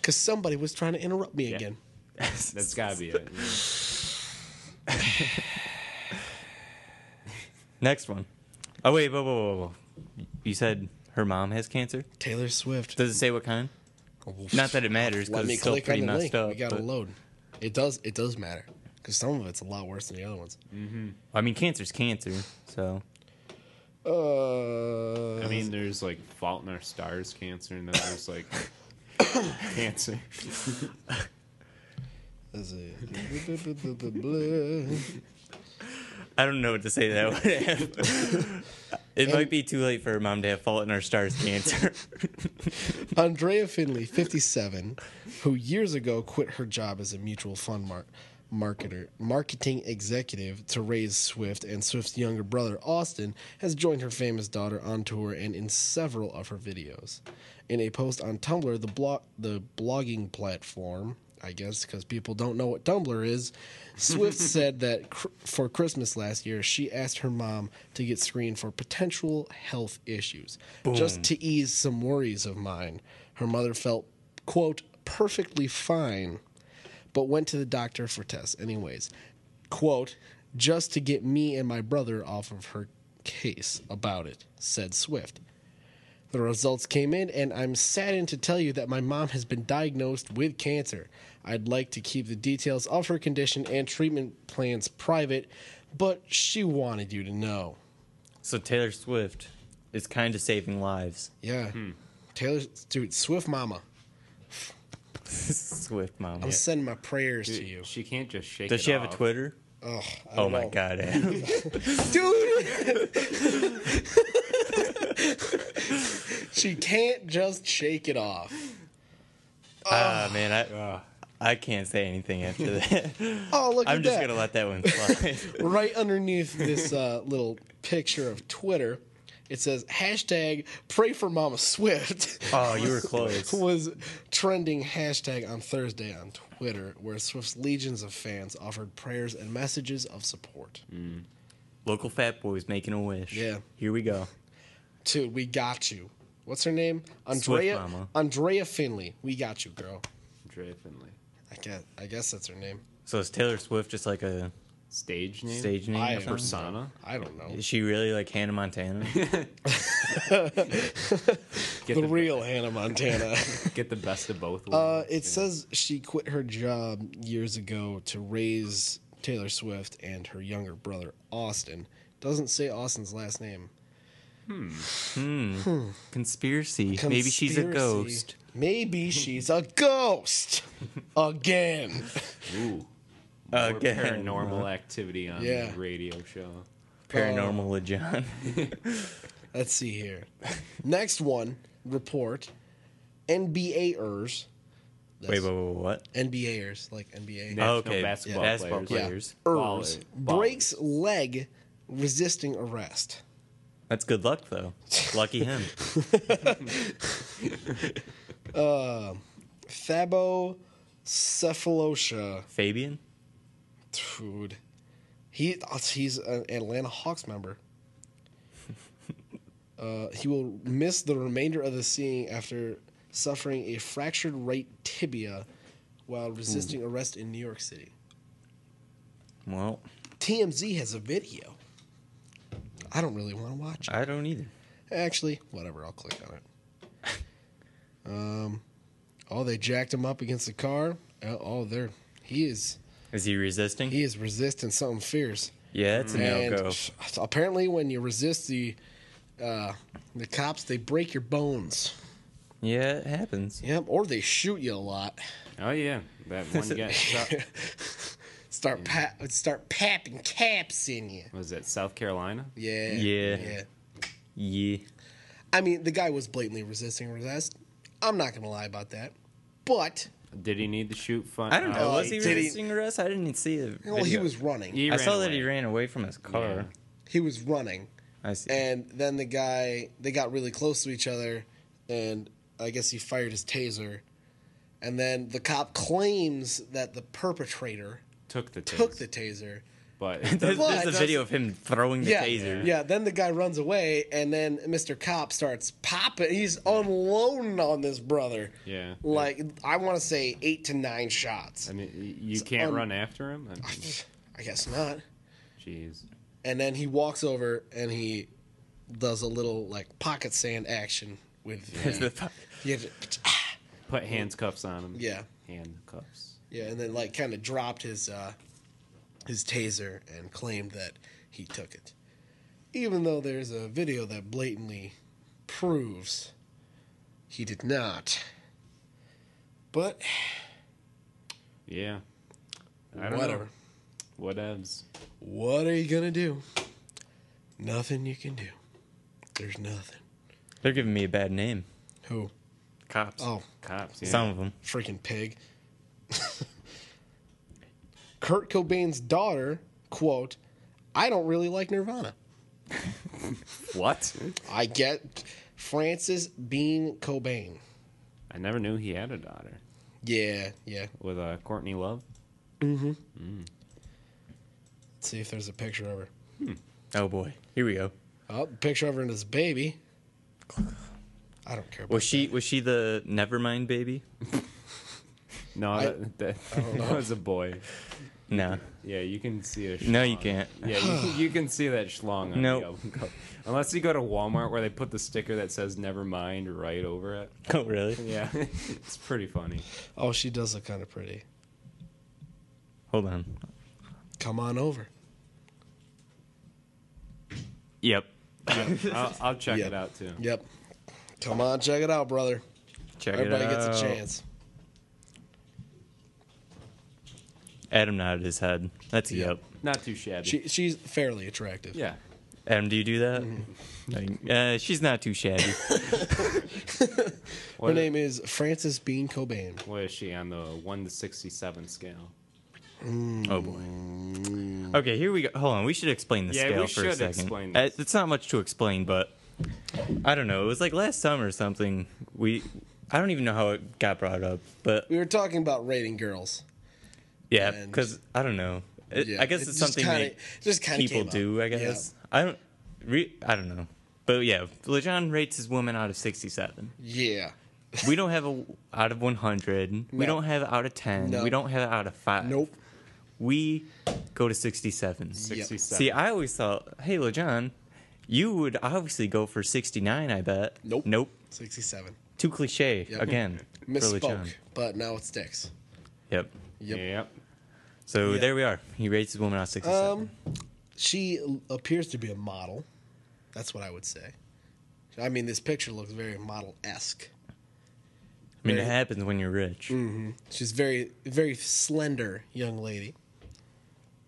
Because somebody was trying to interrupt me again.
That's gotta be it. yeah.
Next one. Oh wait, whoa, whoa, whoa, whoa. You said her mom has cancer.
Taylor Swift. Oh,
Does it say what kind? Not that it matters
Let
because
me
it's still
click on
pretty
the
messed
link.
up.
we got to
but-
load. It does. It does matter because some of it's a lot worse than the other ones.
I mean, cancer's cancer, so
Uh,
I mean, there's like Fault in Our Stars cancer, and then there's like cancer.
Uh, Is it?
I don't know what to say. to That would have. it might be too late for her mom to have fault in our stars cancer.
Andrea Finley, 57, who years ago quit her job as a mutual fund mar- marketer, marketing executive to raise Swift, and Swift's younger brother, Austin, has joined her famous daughter on tour and in several of her videos. In a post on Tumblr, the, blog, the blogging platform, I guess, because people don't know what Tumblr is. Swift said that cr- for Christmas last year, she asked her mom to get screened for potential health issues. Just to ease some worries of mine, her mother felt, quote, perfectly fine, but went to the doctor for tests anyways, quote, just to get me and my brother off of her case about it, said Swift. The results came in, and I'm saddened to tell you that my mom has been diagnosed with cancer. I'd like to keep the details of her condition and treatment plans private, but she wanted you to know.
so Taylor Swift is kind of saving lives.
Yeah.
Hmm.
Taylor, dude, Swift Mama,
Swift mom.
I'm sending my prayers to you.
Dude, she can't just shake.
Does
it
she have a
off.
Twitter?
Oh,
Oh my god, Adam.
Dude! she can't just shake it off.
ah man, I I can't say anything after that.
Oh, look
I'm
at
just
that.
gonna let that one slide.
right underneath this uh, little picture of Twitter, it says hashtag pray for Mama Swift
oh, you were close.
was trending hashtag on Thursday on Twitter, where Swift's legions of fans offered prayers and messages of support.
Local fat boys making a wish.
Yeah.
Here we go.
Dude, we got you. What's her name?
Swift
Andrea
Mama.
Andrea Finley. We got you, girl.
Drea Finley.
I guess I guess that's her name.
So is Taylor Swift just like a
Stage name.
stage name?
I
or
am-
something?
persona.
I don't know.
Is she really like Hannah Montana?
Get
The real Hannah Montana.
Get the best of both.
Uh,
worlds,
it
yeah.
says she quit her job years ago to raise Taylor Swift and her younger brother Austin. Doesn't say Austin's last name.
Conspiracy. Maybe she's a
Conspiracy.
ghost.
Maybe she's a ghost again.
Ooh.
Uh,
More
again,
paranormal activity on
Yeah.
the radio show.
Paranormal with John.
Let's see here. Next one report NBAers.
Wait, wait, wait, what?
NBAers like NBA.
National
okay,
basketball
yeah, basketball
players.
players.
Ers
Ballers.
breaks leg resisting arrest.
That's good luck though. Lucky him.
Thabo Cephalosha,
Fabian?
dude. He uh, he's an Atlanta Hawks member. Uh, he will miss the remainder of the season after suffering a fractured right tibia while resisting arrest in New York City.
Well,
TMZ has a video. I don't really want to watch it.
I don't either.
Actually, whatever. I'll click on it. Um, oh, they jacked him up against the car. Uh, oh, there he is.
Is he resisting?
He is resisting something fierce.
yeah, it's a no
And
go.
apparently, when you resist the uh, the cops, they break your bones.
Yeah, it happens.
Yep, or they shoot you a lot.
Oh yeah, that one guy. Sou-
Start pa-
Mm.
start papping caps in you.
was it South Carolina?
Yeah,
Yeah.
yeah.
Yeah.
I mean, the guy was blatantly resisting resist. I'm not gonna lie about that, but
Did he need to shoot? Fun.
I don't know.
Oh,
was he
did he-
resisting arrest? I didn't even see it.
well, he was running.
He
I
ran
saw that
away.
he ran away from his car.
Yeah.
He was running,
I see.
and then the guy they got really close to each other, and I guess he fired his taser, and then the cop claims that the perpetrator
Took the taser.
took the taser.
but
there's,
Well,
there's
it
a
does-
video of him throwing the
yeah,
taser.
yeah. Then the guy runs away, and then Mr. Cop starts popping. He's unloading on this brother.
Yeah.
like I want to say eight to nine shots.
I mean, y- you can't
un-
run after him. I mean,
I guess not.
Jeez.
And then he walks over and he does a little like pocket sand action with
There's the fu-
yeah,
Put handcuffs on him.
yeah,
Handcuffs.
yeah, and then like kind of dropped his uh, his taser and claimed that he took it, even though there's a video that blatantly proves he did not. But
Yeah. I don't
whatever,
know. Whatevs.
what are you gonna do? Nothing you can do. There's nothing.
They're giving me a bad name.
Who?
Cops.
Oh,
Cops. Yeah.
Some of them.
freaking pig. Kurt Cobain's daughter, quote, I don't really like Nirvana.
What?
I get Francis Bean Cobain.
I never knew he had a daughter
Yeah, yeah.
with uh, Courtney Love.
Let's see if there's a picture of her.
Oh boy. Here we go.
Oh, picture of her and his baby. I don't care. About
Was she was she the Nevermind baby?
No,
I-
that, that, that was a boy.
No.
Yeah, you can see a. Schlong.
No, you can't.
Yeah, you can, you can see that schlong. On
Nope.
the album cover. Unless you go to Walmart where they put the sticker that says "Never mind" right over it.
Oh really?
Yeah, it's pretty funny.
Oh, she does look kind of pretty.
Hold on.
Come on over.
Yep.
I'll, I'll check
Yeah.
it out too.
Yep. Come on, check it out, brother.
Check
Everybody
it out.
gets a chance.
Adam nodded his head. That's a
Yeah.
yep.
Not too shabby.
She, she's fairly attractive.
yeah,
Adam, do you do that?
Mm-hmm.
Like, uh, she's not too shabby.
Her
what,
name is Frances Bean Cobain.
What is she on the one to sixty-seven scale?
Oh boy. Okay, here we go. Hold on, we should explain the
Yeah,
scale
we
for a
should
second.
explain
Uh,
this.
It's not much to explain, but I don't know. It was like last summer or something. We, I don't even know how it got brought up, but
We were talking about rating girls.
yeah,
And-
because I don't know. It, I guess
it just
it's something
kinda-
that
just kinda
people
came up.
do. I
Yeah.
guess I don't. Re, I don't know. But yeah, Lejon rates his women out of sixty-seven.
Yeah.
We don't have a out of one hundred.
No.
We don't have out of ten.
No.
We don't have out of five.
Nope.
We go to sixty-seven.
Sixty-seven.
See, I always thought, hey, LeJohn, you would obviously go for 69, I bet.
Nope.
Nope.
67.
Too cliche
Yep.
again. for
Misspoke,
LeJohn.
but now it sticks.
Yep.
Yep.
Yep.
So
Yeah.
there we are. He rates his woman out of 67.
Um, she l- appears to be a model. That's what I would say. I mean, this picture looks very model esque.
I mean, it
very-
happens when you're rich.
Mm. She's very, very slender young lady.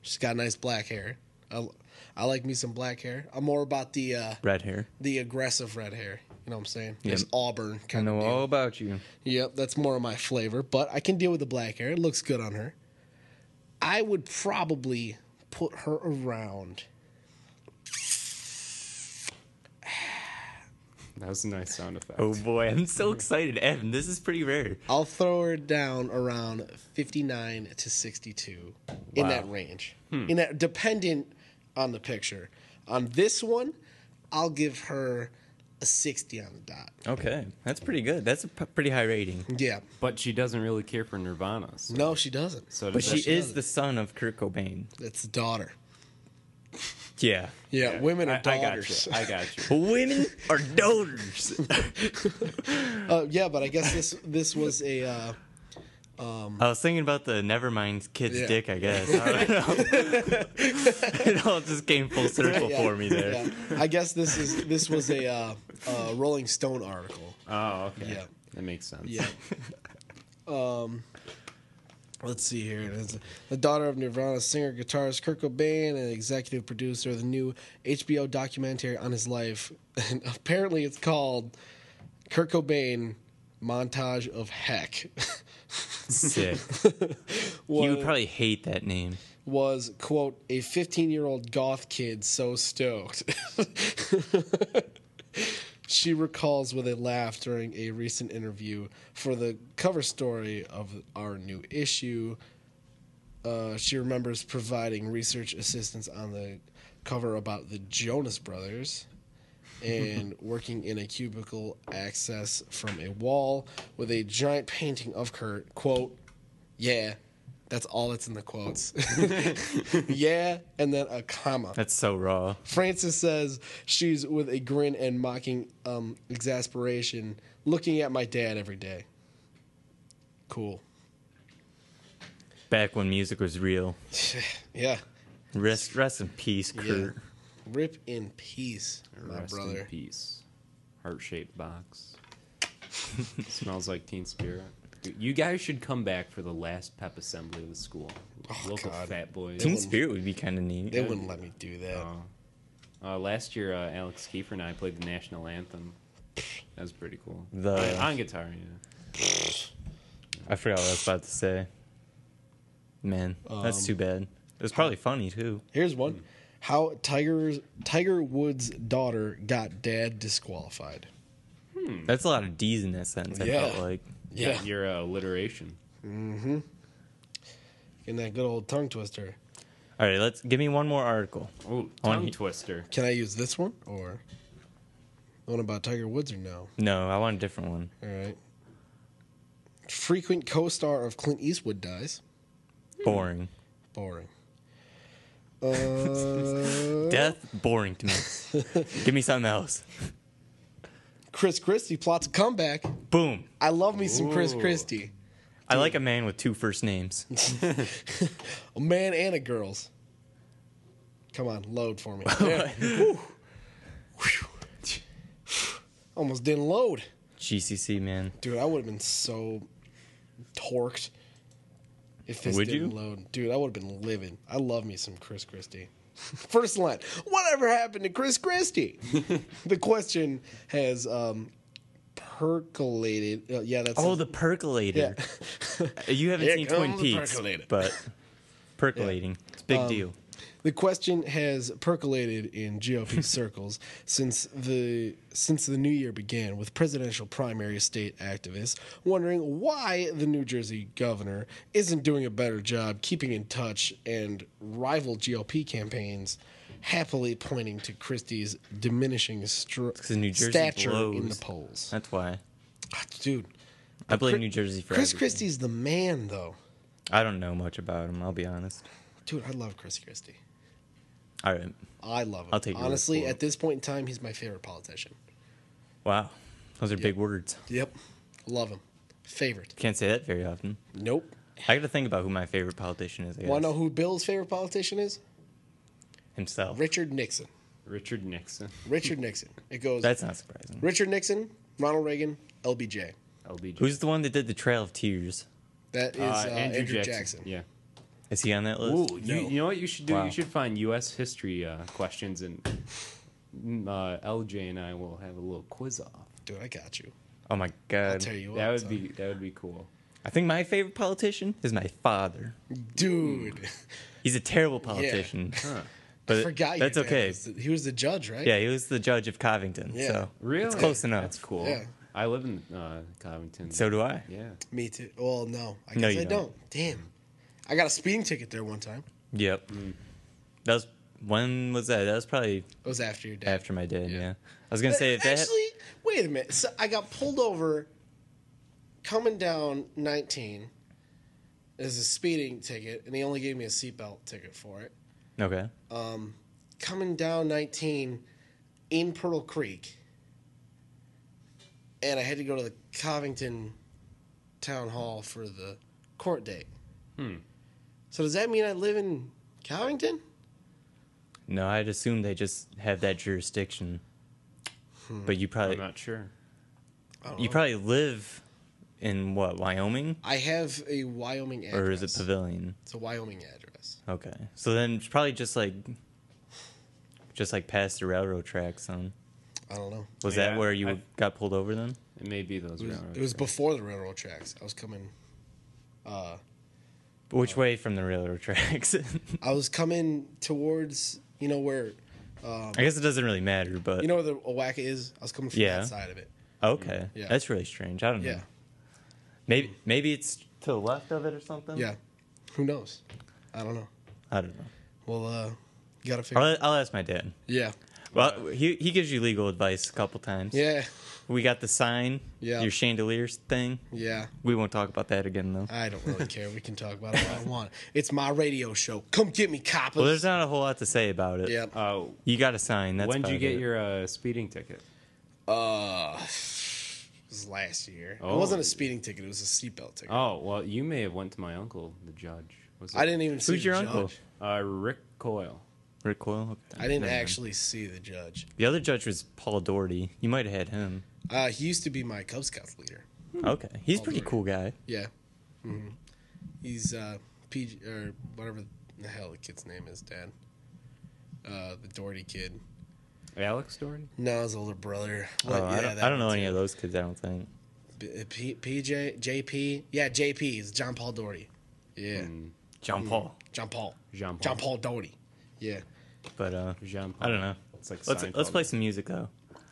She's got nice black hair. I, l- I like me some black hair. I'm more about the uh,
Red hair.
the aggressive red hair. You know what I'm saying?
Yep.
This auburn
I
kind
know
of.
all about you.
Yep, that's more of my flavor, but I can deal with the black hair. It looks good on her. I would probably put her around.
That was a nice sound effect.
Oh boy, I'm so excited, Evan. This is pretty rare.
I'll throw her down around 59 to 62 in
Wow.
that range.
Hmm.
In that dependent on the picture. On this one, I'll give her a 60 on the dot.
Okay, that's pretty good. That's a p- pretty high rating.
Yeah.
But she doesn't really care for Nirvana. So,
No, she doesn't.
so
But
does that-
she is the son of Kurt Cobain.
That's the daughter.
Yeah.
Yeah, women are
I, I
daughters.
got you. I got you.
Women are donors.
uh, yeah, but I guess this this was a uh,
I was thinking about the Nevermind kid's
Yeah.
dick, I guess. I don't know. it all just came full circle
yeah,
for me there.
yeah. I guess this is this was a uh, uh, Rolling Stone article.
Oh, okay.
Yeah.
That makes sense.
Yeah. um, let's see here. It is the daughter of Nirvana singer, guitarist Kurt Cobain, and executive producer of the new HBO documentary on his life. And apparently, it's called Kurt Cobain Montage of Heck.
Sick. You would
was,
probably hate that name.
was quote a 15 year old goth kid so stoked. She recalls with a laugh during a recent interview for the cover story of our new issue. Uh, she remembers providing research assistance on the cover about the Jonas Brothers and working in a cubicle access from a wall with a giant painting of Kurt. Quote, yeah, that's all that's in the quotes. yeah, and then a comma.
That's so raw.
Francis says she's with a grin and mocking um, exasperation, looking at my dad every day. Cool.
Back when music was real.
Yeah.
Rest, rest in peace, Kurt.
Rip in peace, my
Rest in
brother.
peace. Heart shaped box. Smells like Teen Spirit. You guys should come back for the last pep assembly of the school. Local
Oh, God.
fat boys.
Teen Spirit would be kind of neat.
They wouldn't let me do that.
Uh, uh, last year, uh, Alex Kiefer and I played the national anthem. That was pretty cool.
The-
Uh, on guitar, yeah.
I forgot what I was about to say. Man, that's
Um,
too bad. It was probably funny too.
Here's
Hmm.
one. How Tiger's Tiger Woods' daughter got dad disqualified.
That's a lot of D's in that sentence. I
Yeah.
felt like
Yeah.
Your uh, alliteration.
In that good old tongue twister.
All right, let's give me one more article.
Oh,
I wanna
tongue
he-
twister.
Can I use this one or the one about Tiger Woods or no?
No, I want a different one.
All right. Frequent co-star of Clint Eastwood dies.
Boring.
Boring. Uh,
Death boring to me. give me something else.
Chris Christie plots a comeback.
Boom.
I love me some Chris
Ooh.
Christie.
I like a man with two first names.
A man and a girl's. Come on, load for me. Yeah. Whew. Whew. Almost didn't load.
GCC man.
Dude, I would have been so torqued if this
Would
didn't
you?
load. Dude, I would have been living. I love me some Chris Christie. First line Whatever happened to Chris Christie? the question has um, percolated. Uh, yeah, that's.
Oh, the percolator.
Yeah.
You haven't
Here
seen Twin
comes the
Peaks,
percolator. Um,
but percolating. It's a big deal.
The question has percolated in GOP circles since the since the new year began, with presidential primary state activists wondering why the New Jersey governor isn't doing a better job keeping in touch and rival GOP campaigns happily pointing to Christie's diminishing str-
'cause New Jersey
stature in the
blows.
polls. Ah,
That's why
Dude,
I blame
Chris-
New Jersey for
Chris
everything.
Christie's the man, though.
I don't know much about him. I'll be honest.
Dude, I love Chris Christie.
All right.
I love him.
I'll take your word
Honestly,
for it.
at this point in time, he's my favorite politician.
Wow. Those are big words.
Yep. Love him. Favorite.
Can't say that very often.
Nope.
I got to think about who my favorite politician is. I guess.
Want to know who Bill's favorite politician is?
Himself.
Richard Nixon.
Richard Nixon.
Richard Nixon. It goes
That's not surprising.
Richard Nixon, Ronald Reagan, LBJ.
LBJ.
Who's the one that did the Trail of Tears?
That is uh, Andrew, Jackson.
Yeah.
Is he on that
Ooh,
list?
no.
you, you know what you should do?
Wow.
You should find U.S. history uh, questions, and mm, uh, LJ and I will have a little quiz off.
Dude, I got you.
Oh my
I'll
god.
tell you what.
That would
son.
be that would be cool.
I think my favorite politician is my father.
Dude.
He's a terrible politician. But
Forgot your
that's
dad
okay.
was the- he was the judge, right?
Yeah, he was the judge of Covington.
Yeah.
So
Really?
it's close enough.
That's cool.
Yeah.
I live in uh, Covington.
So do I.
yeah.
Me too. Well, no, I guess
No, you
I don't.
don't.
Damn, I got a speeding ticket there one time.
Yep.
Hmm.
That was when was that? That was probably
It was after your dad.
after my dad.
Yeah.
Yeah. I was gonna say if that.
actually, wait a minute. So I got pulled over coming down 19 as a speeding ticket, and he only gave me a seatbelt ticket for it.
Okay.
Coming down 19 in Pearl Creek, and I had to go to the Covington Town Hall for the court date.
Hmm.
So does that mean I live in Covington?
No, I'd assume they just have that jurisdiction.
Hmm.
But you probably
I'm not sure.
I don't
you
know.
probably live in what Wyoming
I have a Wyoming address.
or is it Pavilion?
It's a Wyoming address.
Okay. So then it's probably just like just like past the railroad tracks then.
I don't know.
Was
Yeah,
that where you
I-
got pulled over then?
It may be those.
It was,
railroad
it was
tracks.
before the railroad tracks. I was coming. Uh,
Which
Uh,
way from the railroad tracks?
I was coming towards you know where, um,
I guess it doesn't really matter, but
you know where the Owaka is. I was coming from
Yeah.
that side of it.
okay.
Yeah.
That's really strange. I don't know.
Yeah,
Maybe maybe it's to the left of it or something.
yeah. Who knows? I don't know.
I don't know.
Well, uh, you gotta figure.
I'll, I'll ask my dad.
yeah,
Well, he he gives you legal advice a couple times.
yeah,
We got the sign.
Yeah.
Your chandeliers thing.
yeah.
We won't talk about that again though.
I don't really care. We can talk about it all I want. It's my radio show. Come get me,
Well,
coppers.
there's not a whole lot to say about it.
yeah.
Uh,
You got a sign. That's
when did you
about
get
it.
your uh, speeding ticket?
Uh, it was last year. It
Oh.
wasn't a speeding ticket. It was a seatbelt ticket.
Oh well, you may have went to my uncle, the judge. Was
I didn't e- even see
Who's
the
your
judge.
uncle?
Uh, Rick Coyle.
Rick Coyle. Okay.
I didn't
Never mind.
actually see the judge.
The other judge was Paul Doherty. You might have had him.
Uh, he used to be my Cub Scout leader.
Hmm.
Okay, he's a
Paul
pretty
Doherty.
cool guy.
Yeah, hmm he's uh, PG or whatever the hell the kid's name is. Dad, uh, the Doherty kid.
Alex Doherty.
No, his older brother.
Oh, I don't, I don't know any of those kids. I don't think.
those. P- PJ, JP, yeah, JP is John Paul Doherty. Yeah,
Hmm.
Mm,
John Paul.
John Paul.
Jean Paul.
John Paul Doherty. Yeah.
But uh,
Jean
I don't know.
It's like
Let's let's
Seinfeld.
play some music though.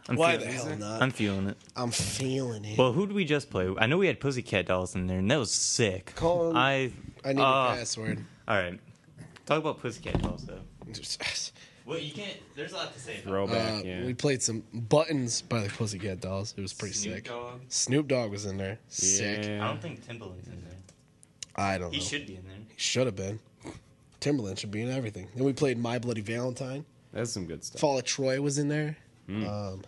I'm
Why the
feeling,
hell not?
I'm feeling it.
I'm feeling it.
Well, who did we just play? I know we had Pussycat Dolls in there, and that was sick.
Colin,
I
I need
uh,
a password.
All right, talk about Pussycat Dolls though.
Just-
Well, you can't. There's a lot to say. About
Uh,
Throwback. yeah.
We played some buttons by the Pussycat Dolls. It was pretty sick.
Dogg.
Snoop Dogg was in there. Sick.
I
Yeah.
don't think Timbaland's in there.
I don't know.
He should be in there.
Should have been. Timberland should be in everything. Then we played My Bloody Valentine.
That's some good stuff.
Fall of Troy was in there. Um,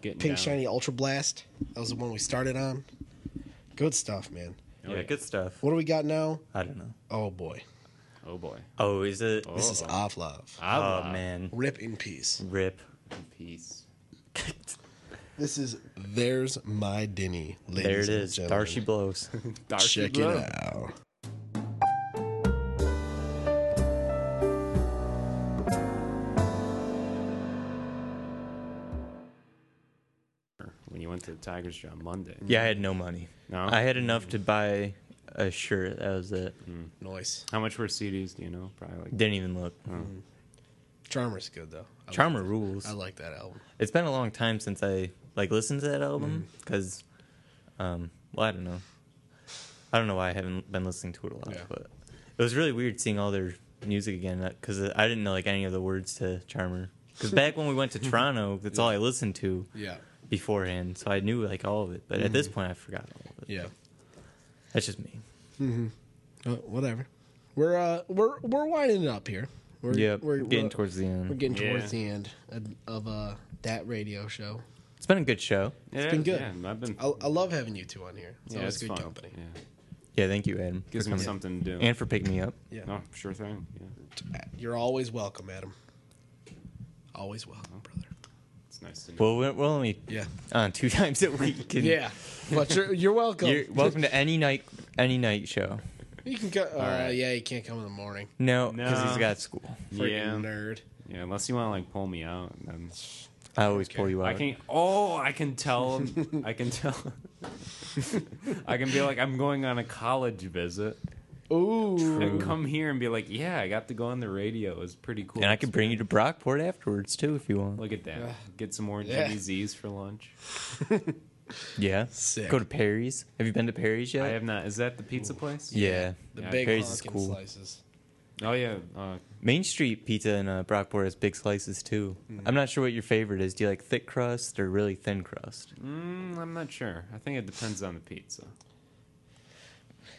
Getting
Pink
down.
Shiny Ultra Blast. That was the one we started on. Good stuff, man.
Oh,
yeah, good stuff.
What do we got now?
I don't know.
Oh boy,
Oh boy.
Oh, is it?
Oh,
this is Avlov.
Oh,
Ah,
man,
Rip in peace.
rip.
Peace.
This is There's My Denny. Ladies
There it
and
is.
gentlemen.
Darcy blows.
Darcy
Check
Blow.
it out.
When you went to the Tigers on Monday.
yeah, I had no money.
No?
I had enough to buy a shirt. That was it.
Noise.
How much were CDs? Do you know? Probably like.
Didn't even look.
Charmer's good though. I like
Charmer
that.
rules.
I like that album.
It's been a long time since I like listened to that album
Mm.
because, um, well, I don't know. I don't know why I haven't been listening to it a lot,
Yeah.
but it was really weird seeing all their music again because I didn't know like any of the words to Charmer. Because back when we went to Toronto, that's all I listened to
Yeah.
beforehand, so I knew like all of it. But at this point, I forgot all of it.
Mm. Yeah.
That's just me.
Uh, whatever. We're uh we're we're winding it up here. We're,
Yeah,
we're
getting
we're-
towards the
We're
end.
getting
Mm, Yeah.
towards the end of- of uh, that radio show.
It's been a good show.
It's
been good.
Yeah, I've been.
I, I love having you two on here. It's
yeah,
always
it's
good
fun.
company.
Yeah.
Yeah, thank you, Adam, for
Gives me
coming.
something to do.
and for picking me up.
Yeah. Uh,
No, sure thing. Yeah.
You're always welcome, Adam. Always welcome, brother.
It's nice to know.
Well, we're, we're only
Yeah.
on two times a week. and
Yeah. But you're, you're welcome.
You're welcome to any night, any night show.
you can go. Uh,
right.
Yeah, you can't come in the morning.
No, because he's
No.
got school.
Freaking
yeah.
nerd.
Yeah, unless you want to like pull me out, then
I always pull you out.
I can. Oh, I can tell. him- I can tell. I can be like, I'm going on a college visit,
Ooh.
and come here and be like, yeah, I got to go on the radio. It was pretty cool.
And I can bring you to Brockport afterwards too if you want.
Look at that. Get some more
Yeah.
Jimmy Z's for lunch.
Yeah.
Sick.
Go to Perry's. Have you been to Perry's yet?
I have not. Is that the pizza place?
Yeah.
The
Yeah,
big
Perry's
honking
is cool.
slices.
Oh yeah. Uh,
Main Street Pizza in uh, Brockport has big slices too.
Mm.
I'm not sure what your favorite is. Do you like thick crust or really thin crust?
mm, I'm not sure. I think it depends on the pizza.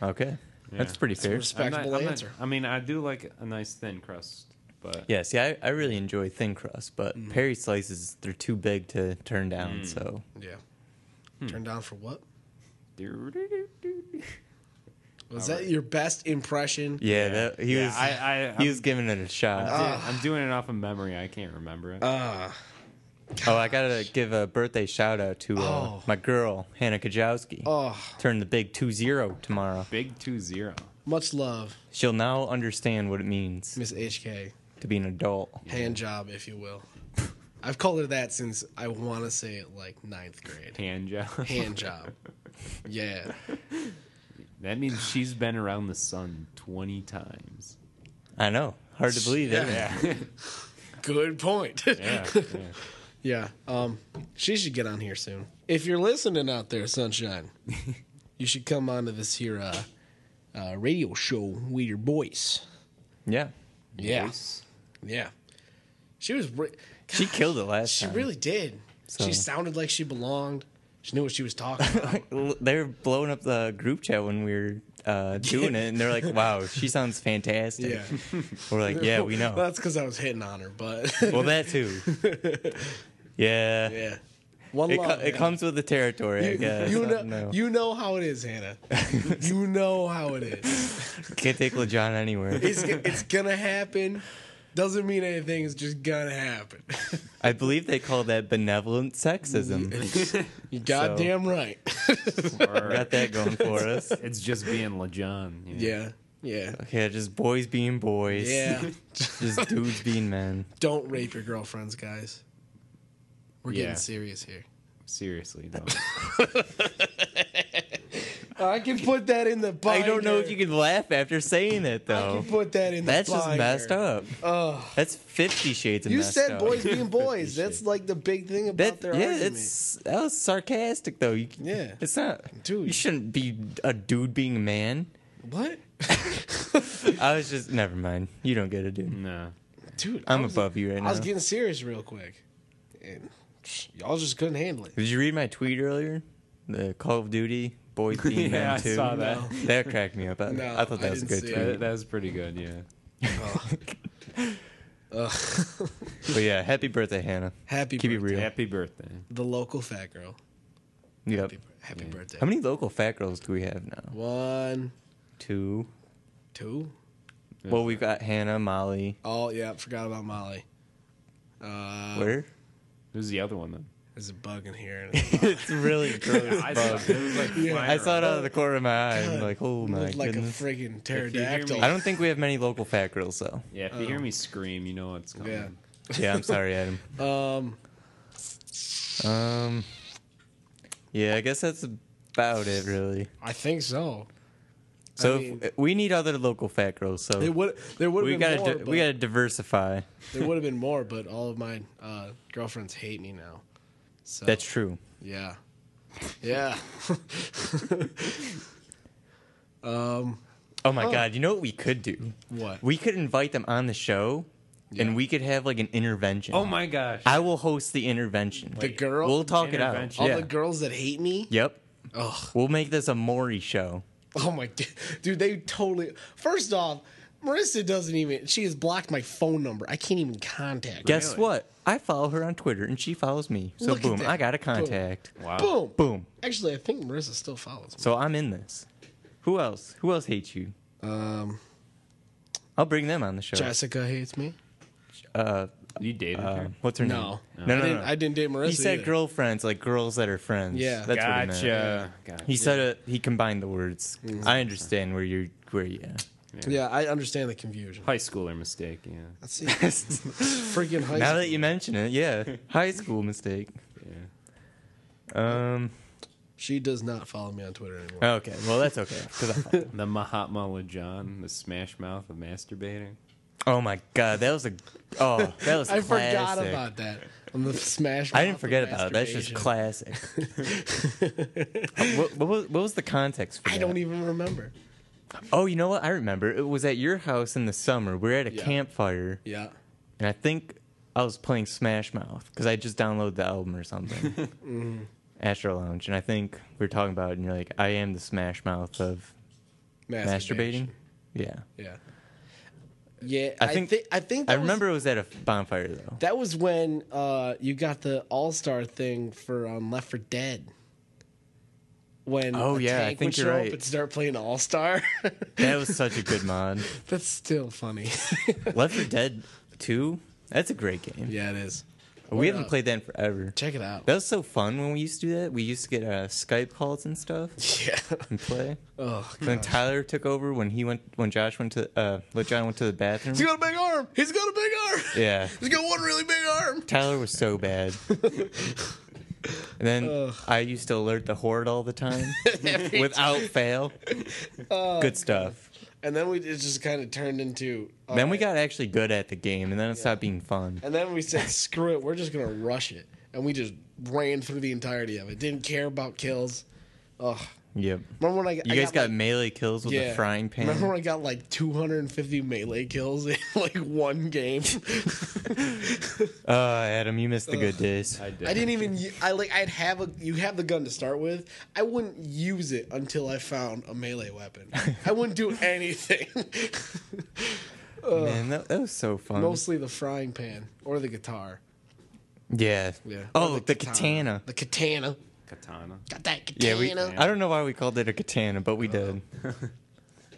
Okay. That's
Yeah.
pretty fair.
I'm not,
Respectable
I'm not-
answer.
I mean, I do like a nice thin crust, but
Yeah, see, I, I really enjoy thin crust, but
Mm.
Perry slices, they're too big to turn down. So,
Yeah.
Hmm.
Turned down for what? Was that your best impression?
yeah, That, he
Yeah,
was
I, I,
he
I'm-
was giving it a shot.
Yeah, I'm doing it off of memory. I can't remember it.
Ah.
oh, I got to give a birthday shout out to uh,
Oh.
my girl, Hannah Kajowski.
oh,
Turn the big 2 0 tomorrow.
Big two zero.
much love,
She'll now understand what it means
Miss HK.
to be an adult.
Hand job, if you will. I've called her that since I want to say it like ninth grade.
Hand job.
Hand job. Yeah.
that means she's been around the sun 20 times.
I know. Hard to believe it.
Yeah. Good point.
Yeah. yeah.
Yeah. Um, she should get on here soon. If you're listening out there, Sunshine, you should come on to this here uh, uh, radio show with your voice.
Yeah.
Yeah.
Voice.
Yeah. She was. Re-
She killed it last
she
time.
really did.
So-
She sounded like she belonged. She knew what she was talking about.
L- They were blowing up the group chat when we were uh, doing it, and they're like, "Wow, she sounds fantastic."
yeah.
We're like, "Yeah, we know."
Well, that's because I was hitting on her, but
well, that too. Yeah.
yeah. One
It, co-
love.
it
man.
comes with the territory, I
You,
guess.
you
I
know,
don't know.
you know how it is, Hannah. you know how it is.
can't take LeJohn anywhere.
It's, it's gonna happen. Doesn't mean anything. It's just gonna happen.
I believe they call that benevolent sexism.
You goddamn right.
We Got that going for us.
It's just being LeJohn. you know.
yeah, yeah,
Okay, just boys being boys.
yeah.
Just dudes being men.
Don't rape your girlfriends, guys. We're getting
Yeah.
serious here.
Seriously, though.
I can put that in the.
I don't know if you can laugh after saying it
I
though.
can Oh. put that in.
Oh. That's
the
just
binder.
messed up.
Ugh.
That's Fifty Shades of
you
messed
said
up.
boys being boys. That's like the big thing about
That,
their
yeah,
argument.
it's that was sarcastic though. You,
Yeah.
it's not.
Dude.
you shouldn't be a dude being a man.
What,
I was just never mind. You don't get it, dude.
no.
dude? I
I'm
was-
above you right
I was
now.
getting serious real quick, and y'all just couldn't handle it.
Did you read my tweet earlier? The Call of Duty boys being men
Yeah, I
too.
saw that.
That cracked me up. I,
No,
I thought that
I
was a
didn't
good
see
tweet.
it.
That, that was pretty good, yeah.
Ugh.
But yeah, happy birthday, Hannah.
Happy
Keep it
birthday.
real.
Happy birthday.
The local fat girl.
Yep.
Happy, happy birthday.
How many local fat girls do we have now?
One,
Two.
two.
Well, we've got Hannah, Molly.
Oh yeah, forgot about Molly. Uh,
Where?
Who's the other one, then?
There's a bug in here.
it's really gross.
I saw, it was like
Yeah.
I saw it out of the corner of my eye. I'm
God,
like, oh
Looked
my
like
goodness.
a friggin'
you hear me-
pterodactyl.
I don't think we have many local fat girls though.
Yeah, if you hear me scream, you know what's coming.
Oh. Yeah.
Yeah, I'm sorry, Adam.
Um,
Um, yeah, I guess that's about it, really.
I think so.
So
I
if-
mean-
we need other local fat girls. So
They would. There would
we
have
gotta
been more.
di-
but
we gotta diversify.
There would have been more, but all of my uh, girlfriends hate me now. So
That's true.
yeah, yeah.
Oh my god, you know what we could do?
What?
We could invite them on the show, and we could have like an intervention.
Oh my gosh.
I will host the intervention.
The girl-
We'll talk it out.
Intervention.
all
Yeah.
the girls that hate me.
yep.
Ugh.
We'll make this a Maury show.
Oh my d- dude, they totally. First off, Marissa doesn't even. She has blocked my phone number. I can't even contact. her.
Guess
Really?
what? I follow her on Twitter, and she follows me. So
Look at
boom,
that.
I got a
Boom.
contact.
wow.
Boom.
Boom.
Actually, I think Marissa still follows me.
So I'm in this. Who else? Who else hates you?
Um,
I'll bring them on the show.
Jessica hates me.
uh,
You dated
uh,
her?
what's her
No.
name?
I
No, no,
didn't,
no.
I didn't date Marissa.
he said
either.
girlfriends, like girls that are friends.
Yeah.
that's what he meant.
gotcha. Gotcha.
He said it. He combined the words. I understand where you're. Where you?
Yeah, I understand the confusion.
High schooler mistake, yeah.
Let's see. Freaking high
now
school.
that you mention it, yeah, high school mistake.
yeah.
Um,
She does not follow me on Twitter anymore.
Okay, well that's okay. 'cause I-
The Mahatma Lajan, the smash mouth of masturbating.
oh my god, that was a oh that was.
I
classic.
forgot about that on the Smash.
I didn't
Mouth
forget about it. That's just
masturbation.
classic. Uh, what, what, was, what was the context for
I
that?
don't even remember.
Oh, you know what? I remember. It was at your house in the summer. We were at a
Yeah.
campfire,
Yeah.
and I think I was playing Smash Mouth because I just downloaded the album or something.
Mm-hmm.
Astro Lounge, and I think we were talking about it, and you're like, I am the Smash Mouth of masturbating. Yeah.
Yeah. Yeah.
I
I think.
think-
I think.
I
that was-
remember it was at a bonfire, though.
that was when uh, you got the All Star thing for um, Left for Dead. When
Oh,
a
yeah, I
tank would
think you're
show up
right.
and start playing All Star.
That was such a good mod.
That's still funny.
Left 4 Dead 2, that's a great game.
yeah, it is.
we haven't
up.
played that in forever.
Check it out.
That was so fun when we used to do that. We used to get uh, Skype calls and stuff
yeah.
and play.
Oh,
Then Tyler took over when he went when Josh went to uh when John went to the bathroom.
he's got a big arm. He's got a big arm.
Yeah.
He's got one really big arm.
Tyler was so bad. and then
Ugh.
I used to alert the horde all the time
Every
without fail. good stuff.
And then we it just kind of turned into. all
then we
right.
got actually good at the game and then it stopped being fun.
And then we said, screw it, we're just gonna rush it, and we just ran through the entirety of it. Didn't care about kills. Ugh.
Yep.
Remember when I
You
I
guys got,
like-
melee kills with a frying pan.
Remember when I got like 250 melee kills in like one game?
Uh, Adam, you missed the good days.
I did.
I didn't even. u- I like. I'd have a. You have the gun to start with. I wouldn't use it until I found a melee weapon. I wouldn't do anything.
Man, that, that was so fun.
Mostly the frying pan or the guitar.
yeah.
Yeah.
Oh,
Or
the, katana.
The katana.
Katana.
Got that katana.
Yeah, we. I don't know why we called it a katana, but we did.
Oh.
it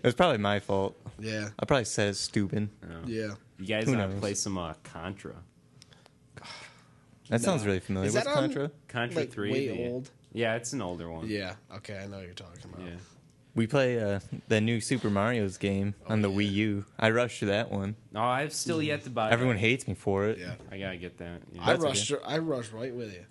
was probably my fault.
yeah.
I probably said it's stupid.
Oh.
Yeah.
You guys
Who
uh,
knows?
play some uh, Contra.
That sounds really familiar.
Is
What's
that um, on-
Contra?
Contra
Like,
3.
way
the-
old?
Yeah, it's an older one.
Yeah. Okay, I know what you're talking about.
Yeah.
We play uh, the new Super Mario's game on the
Oh, yeah.
Wii U. I rushed to that one.
No, I've Oh, still yet to buy
Everyone
that.
hates me for it.
Yeah.
I gotta get that. Yeah.
I
That's okay.
rushed. I rushed right with you.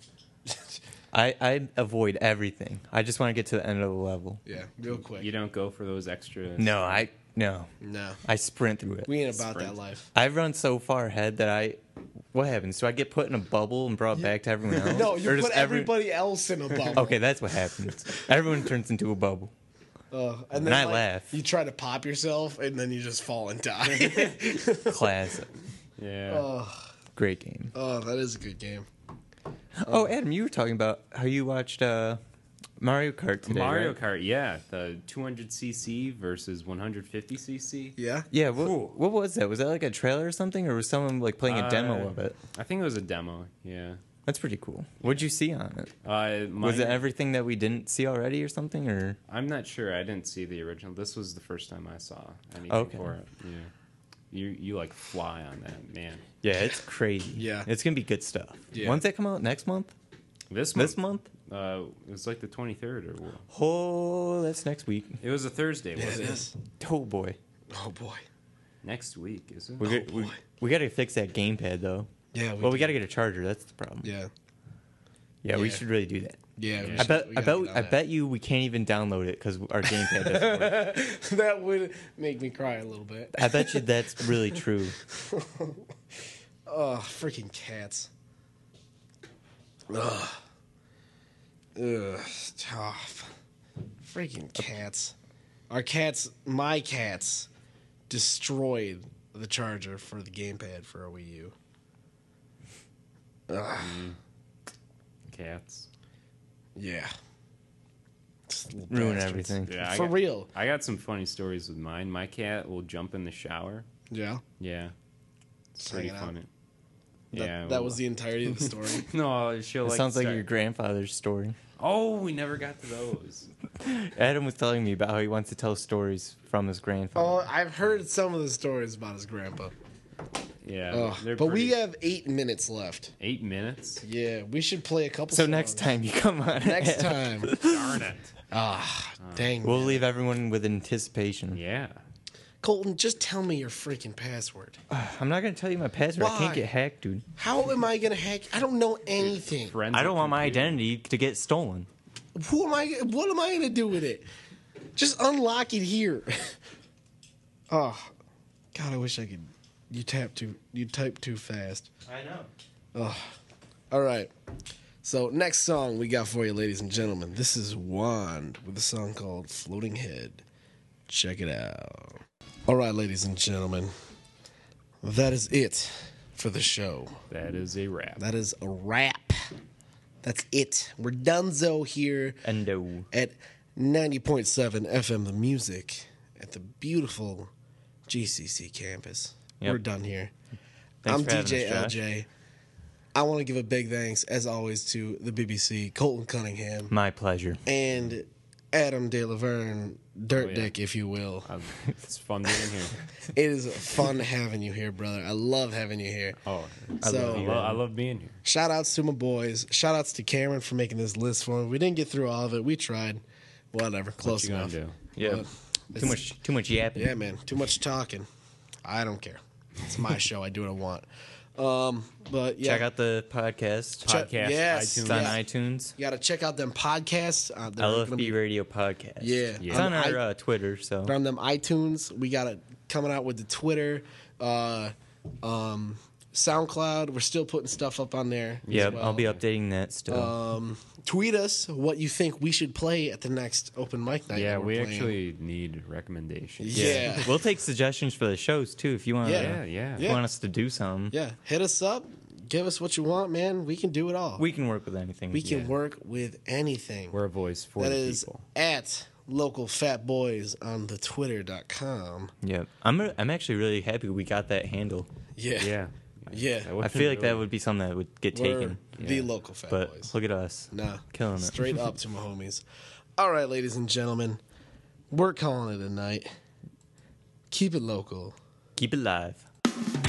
I, I avoid everything. I just want to get to the end of the level.
Yeah. Real quick.
You don't go for those extra.
No, I no.
no.
I sprint through it.
We ain't about that
Sprint.
life.
I run so far ahead that I. What happens? Do I get put in a bubble and brought back to everyone else?
No, you
Or does
put
every-
everybody else in a bubble.
Okay, that's what happens. Everyone turns into a bubble.
Uh, and
And I laugh.
You try to pop yourself, and then you just fall and die.
Classic.
Yeah.
Great game.
oh, that is a good game.
Oh, Adam, you were talking about how you watched uh, Mario Kart today.
Mario
right?
Kart, yeah, the 200cc versus 150cc.
Yeah.
Yeah, what, what was that? Was that like a trailer or something, or was someone like playing a demo
Uh,
of it?
I think it was a demo. Yeah.
That's pretty cool. What'd you see on it?
Uh,
Was it
mine-
everything that we didn't see already, or something? Or
I'm not sure. I didn't see the original. This was the first time I saw anything
Okay.
for it. Yeah. You you like fly on that man.
yeah, it's crazy.
Yeah.
it's gonna be good stuff.
Yeah.
When's that come out? Next month?
This month,
This month?
Uh, it was like the 23rd or what?
Oh, that's next week.
It was a Thursday.
It
Wasn't it?
is.
Oh boy,
Oh boy.
Next week, is it?
we got- we,
Oh, boy.
we got to fix that gamepad though.
Yeah.
well,
do.
we got to get a charger. That's the problem.
Yeah.
yeah, we
Yeah.
should really do that.
Yeah. we
I
I
should-
bet,
we gotta
I bet,
get on
I
that.
bet you we can't even download it because our gamepad doesn't work.
that would make me cry a little bit.
I bet you that's really true.
Oh, freaking cats. Ugh. Ugh. Tough. Freaking cats. Our cats, my cats, destroyed the charger for the gamepad for a Wii U.
Cats.
Yeah. Just little
Ruin
bastards.
everything.
Yeah, I
For
got-
real.
I got some funny stories with mine. My cat will jump in the shower.
Yeah.
Yeah, it's pretty
Hanging out.
funny.
That,
yeah,
that
well-
was the entirety of the story.
No, she'll
It
like.
sounds like
start-
your grandfather's story.
Oh, we never got to those.
Adam was telling me about how he wants to tell stories from his grandfather.
oh, I've heard some of the stories about his grandpa.
Yeah,
Ugh.
they're
But we uh,
pretty-
have eight minutes left.
eight minutes.
Yeah, we should play a couple.
so next
songs.
time you come on,
Next time.
Darn it.
Ah, dang.
we'll
man.
leave everyone with anticipation.
Yeah.
Colton, just tell me your freaking password.
I'm not gonna tell you my password. I
Why?
can't get hacked, dude.
How am I gonna hack? I don't know anything.
Friends
I don't
with
want my
computer.
identity to get stolen.
Who am I? What am I gonna do with it? Just unlock it here. oh, God, I wish I could. You tap too. You type too fast.
I know.
All right. So next song we got for you, ladies and gentlemen. This is Wand with a song called "Floating Head." Check it out. All right, ladies and gentlemen, that is it for the show.
That is a wrap.
That is a wrap. That's it. We're donezo here
Endo.
at 90.7 FM The Music at the beautiful GCC campus.
Yep.
We're done here.
Thanks
I'm
for having
DJ
us, Josh.
LJ. I want to give a big thanks, as always, to the BBC, Colton Cunningham,
My pleasure.
and Adam De Laverne, Dirt
Oh, yeah.
Dick, if you will.
Um, it's fun being here.
It is fun having you here, brother. I love having you here.
Oh,
So-
I, love, I love being here.
Shout outs to my boys. Shout outs to Cameron for making this list for me. We didn't get through all of it. We tried. Whatever. Close
What you gonna
enough.
do?
Yeah.
Well,
Too much. Too much yapping.
Yeah, man. Too much talking. I don't care. It's my show. I do what I want. Um, but yeah,
Check out the podcast.
Check-
podcast,
Yes,
It's
iTunes.
on
yeah.
iTunes.
you gotta check out them podcasts. Uh, they're
LFB
gonna be-
Radio Podcast.
Yeah.
It's on
Yeah.
our uh, Twitter, so
from them iTunes. We got it coming out with the Twitter, uh, um, SoundCloud. We're still putting stuff up on there. as
yeah, I'll
well. Uh,
be updating that still.
Tweet us what you think we should play at the next open mic night.
Yeah,
that we're
we
playing.
actually need recommendations.
Yeah.
we'll take suggestions for the shows too if you want.
Yeah.
Yeah, yeah.
Yeah.
Want us to do something?
Yeah, hit us up. Give us what you want, man. We can do it all. We,
We can work with anything.
can
yeah.
work with anything.
We're a voice for
That
the
is
people.
at local fat boys on the twitter.com.
Yeah, I'm. I'm actually really happy we got that handle.
Yeah.
Yeah.
Yeah.
That
I
would've
feel
been
like that
really-
would be something that would get
We're
taken.
the
Yeah.
local fat
But
boys.
look at us.
Nah.
Killing it.
Straight up to my homies. All right, ladies and gentlemen. We're calling it a night. Keep it local.
Keep it live.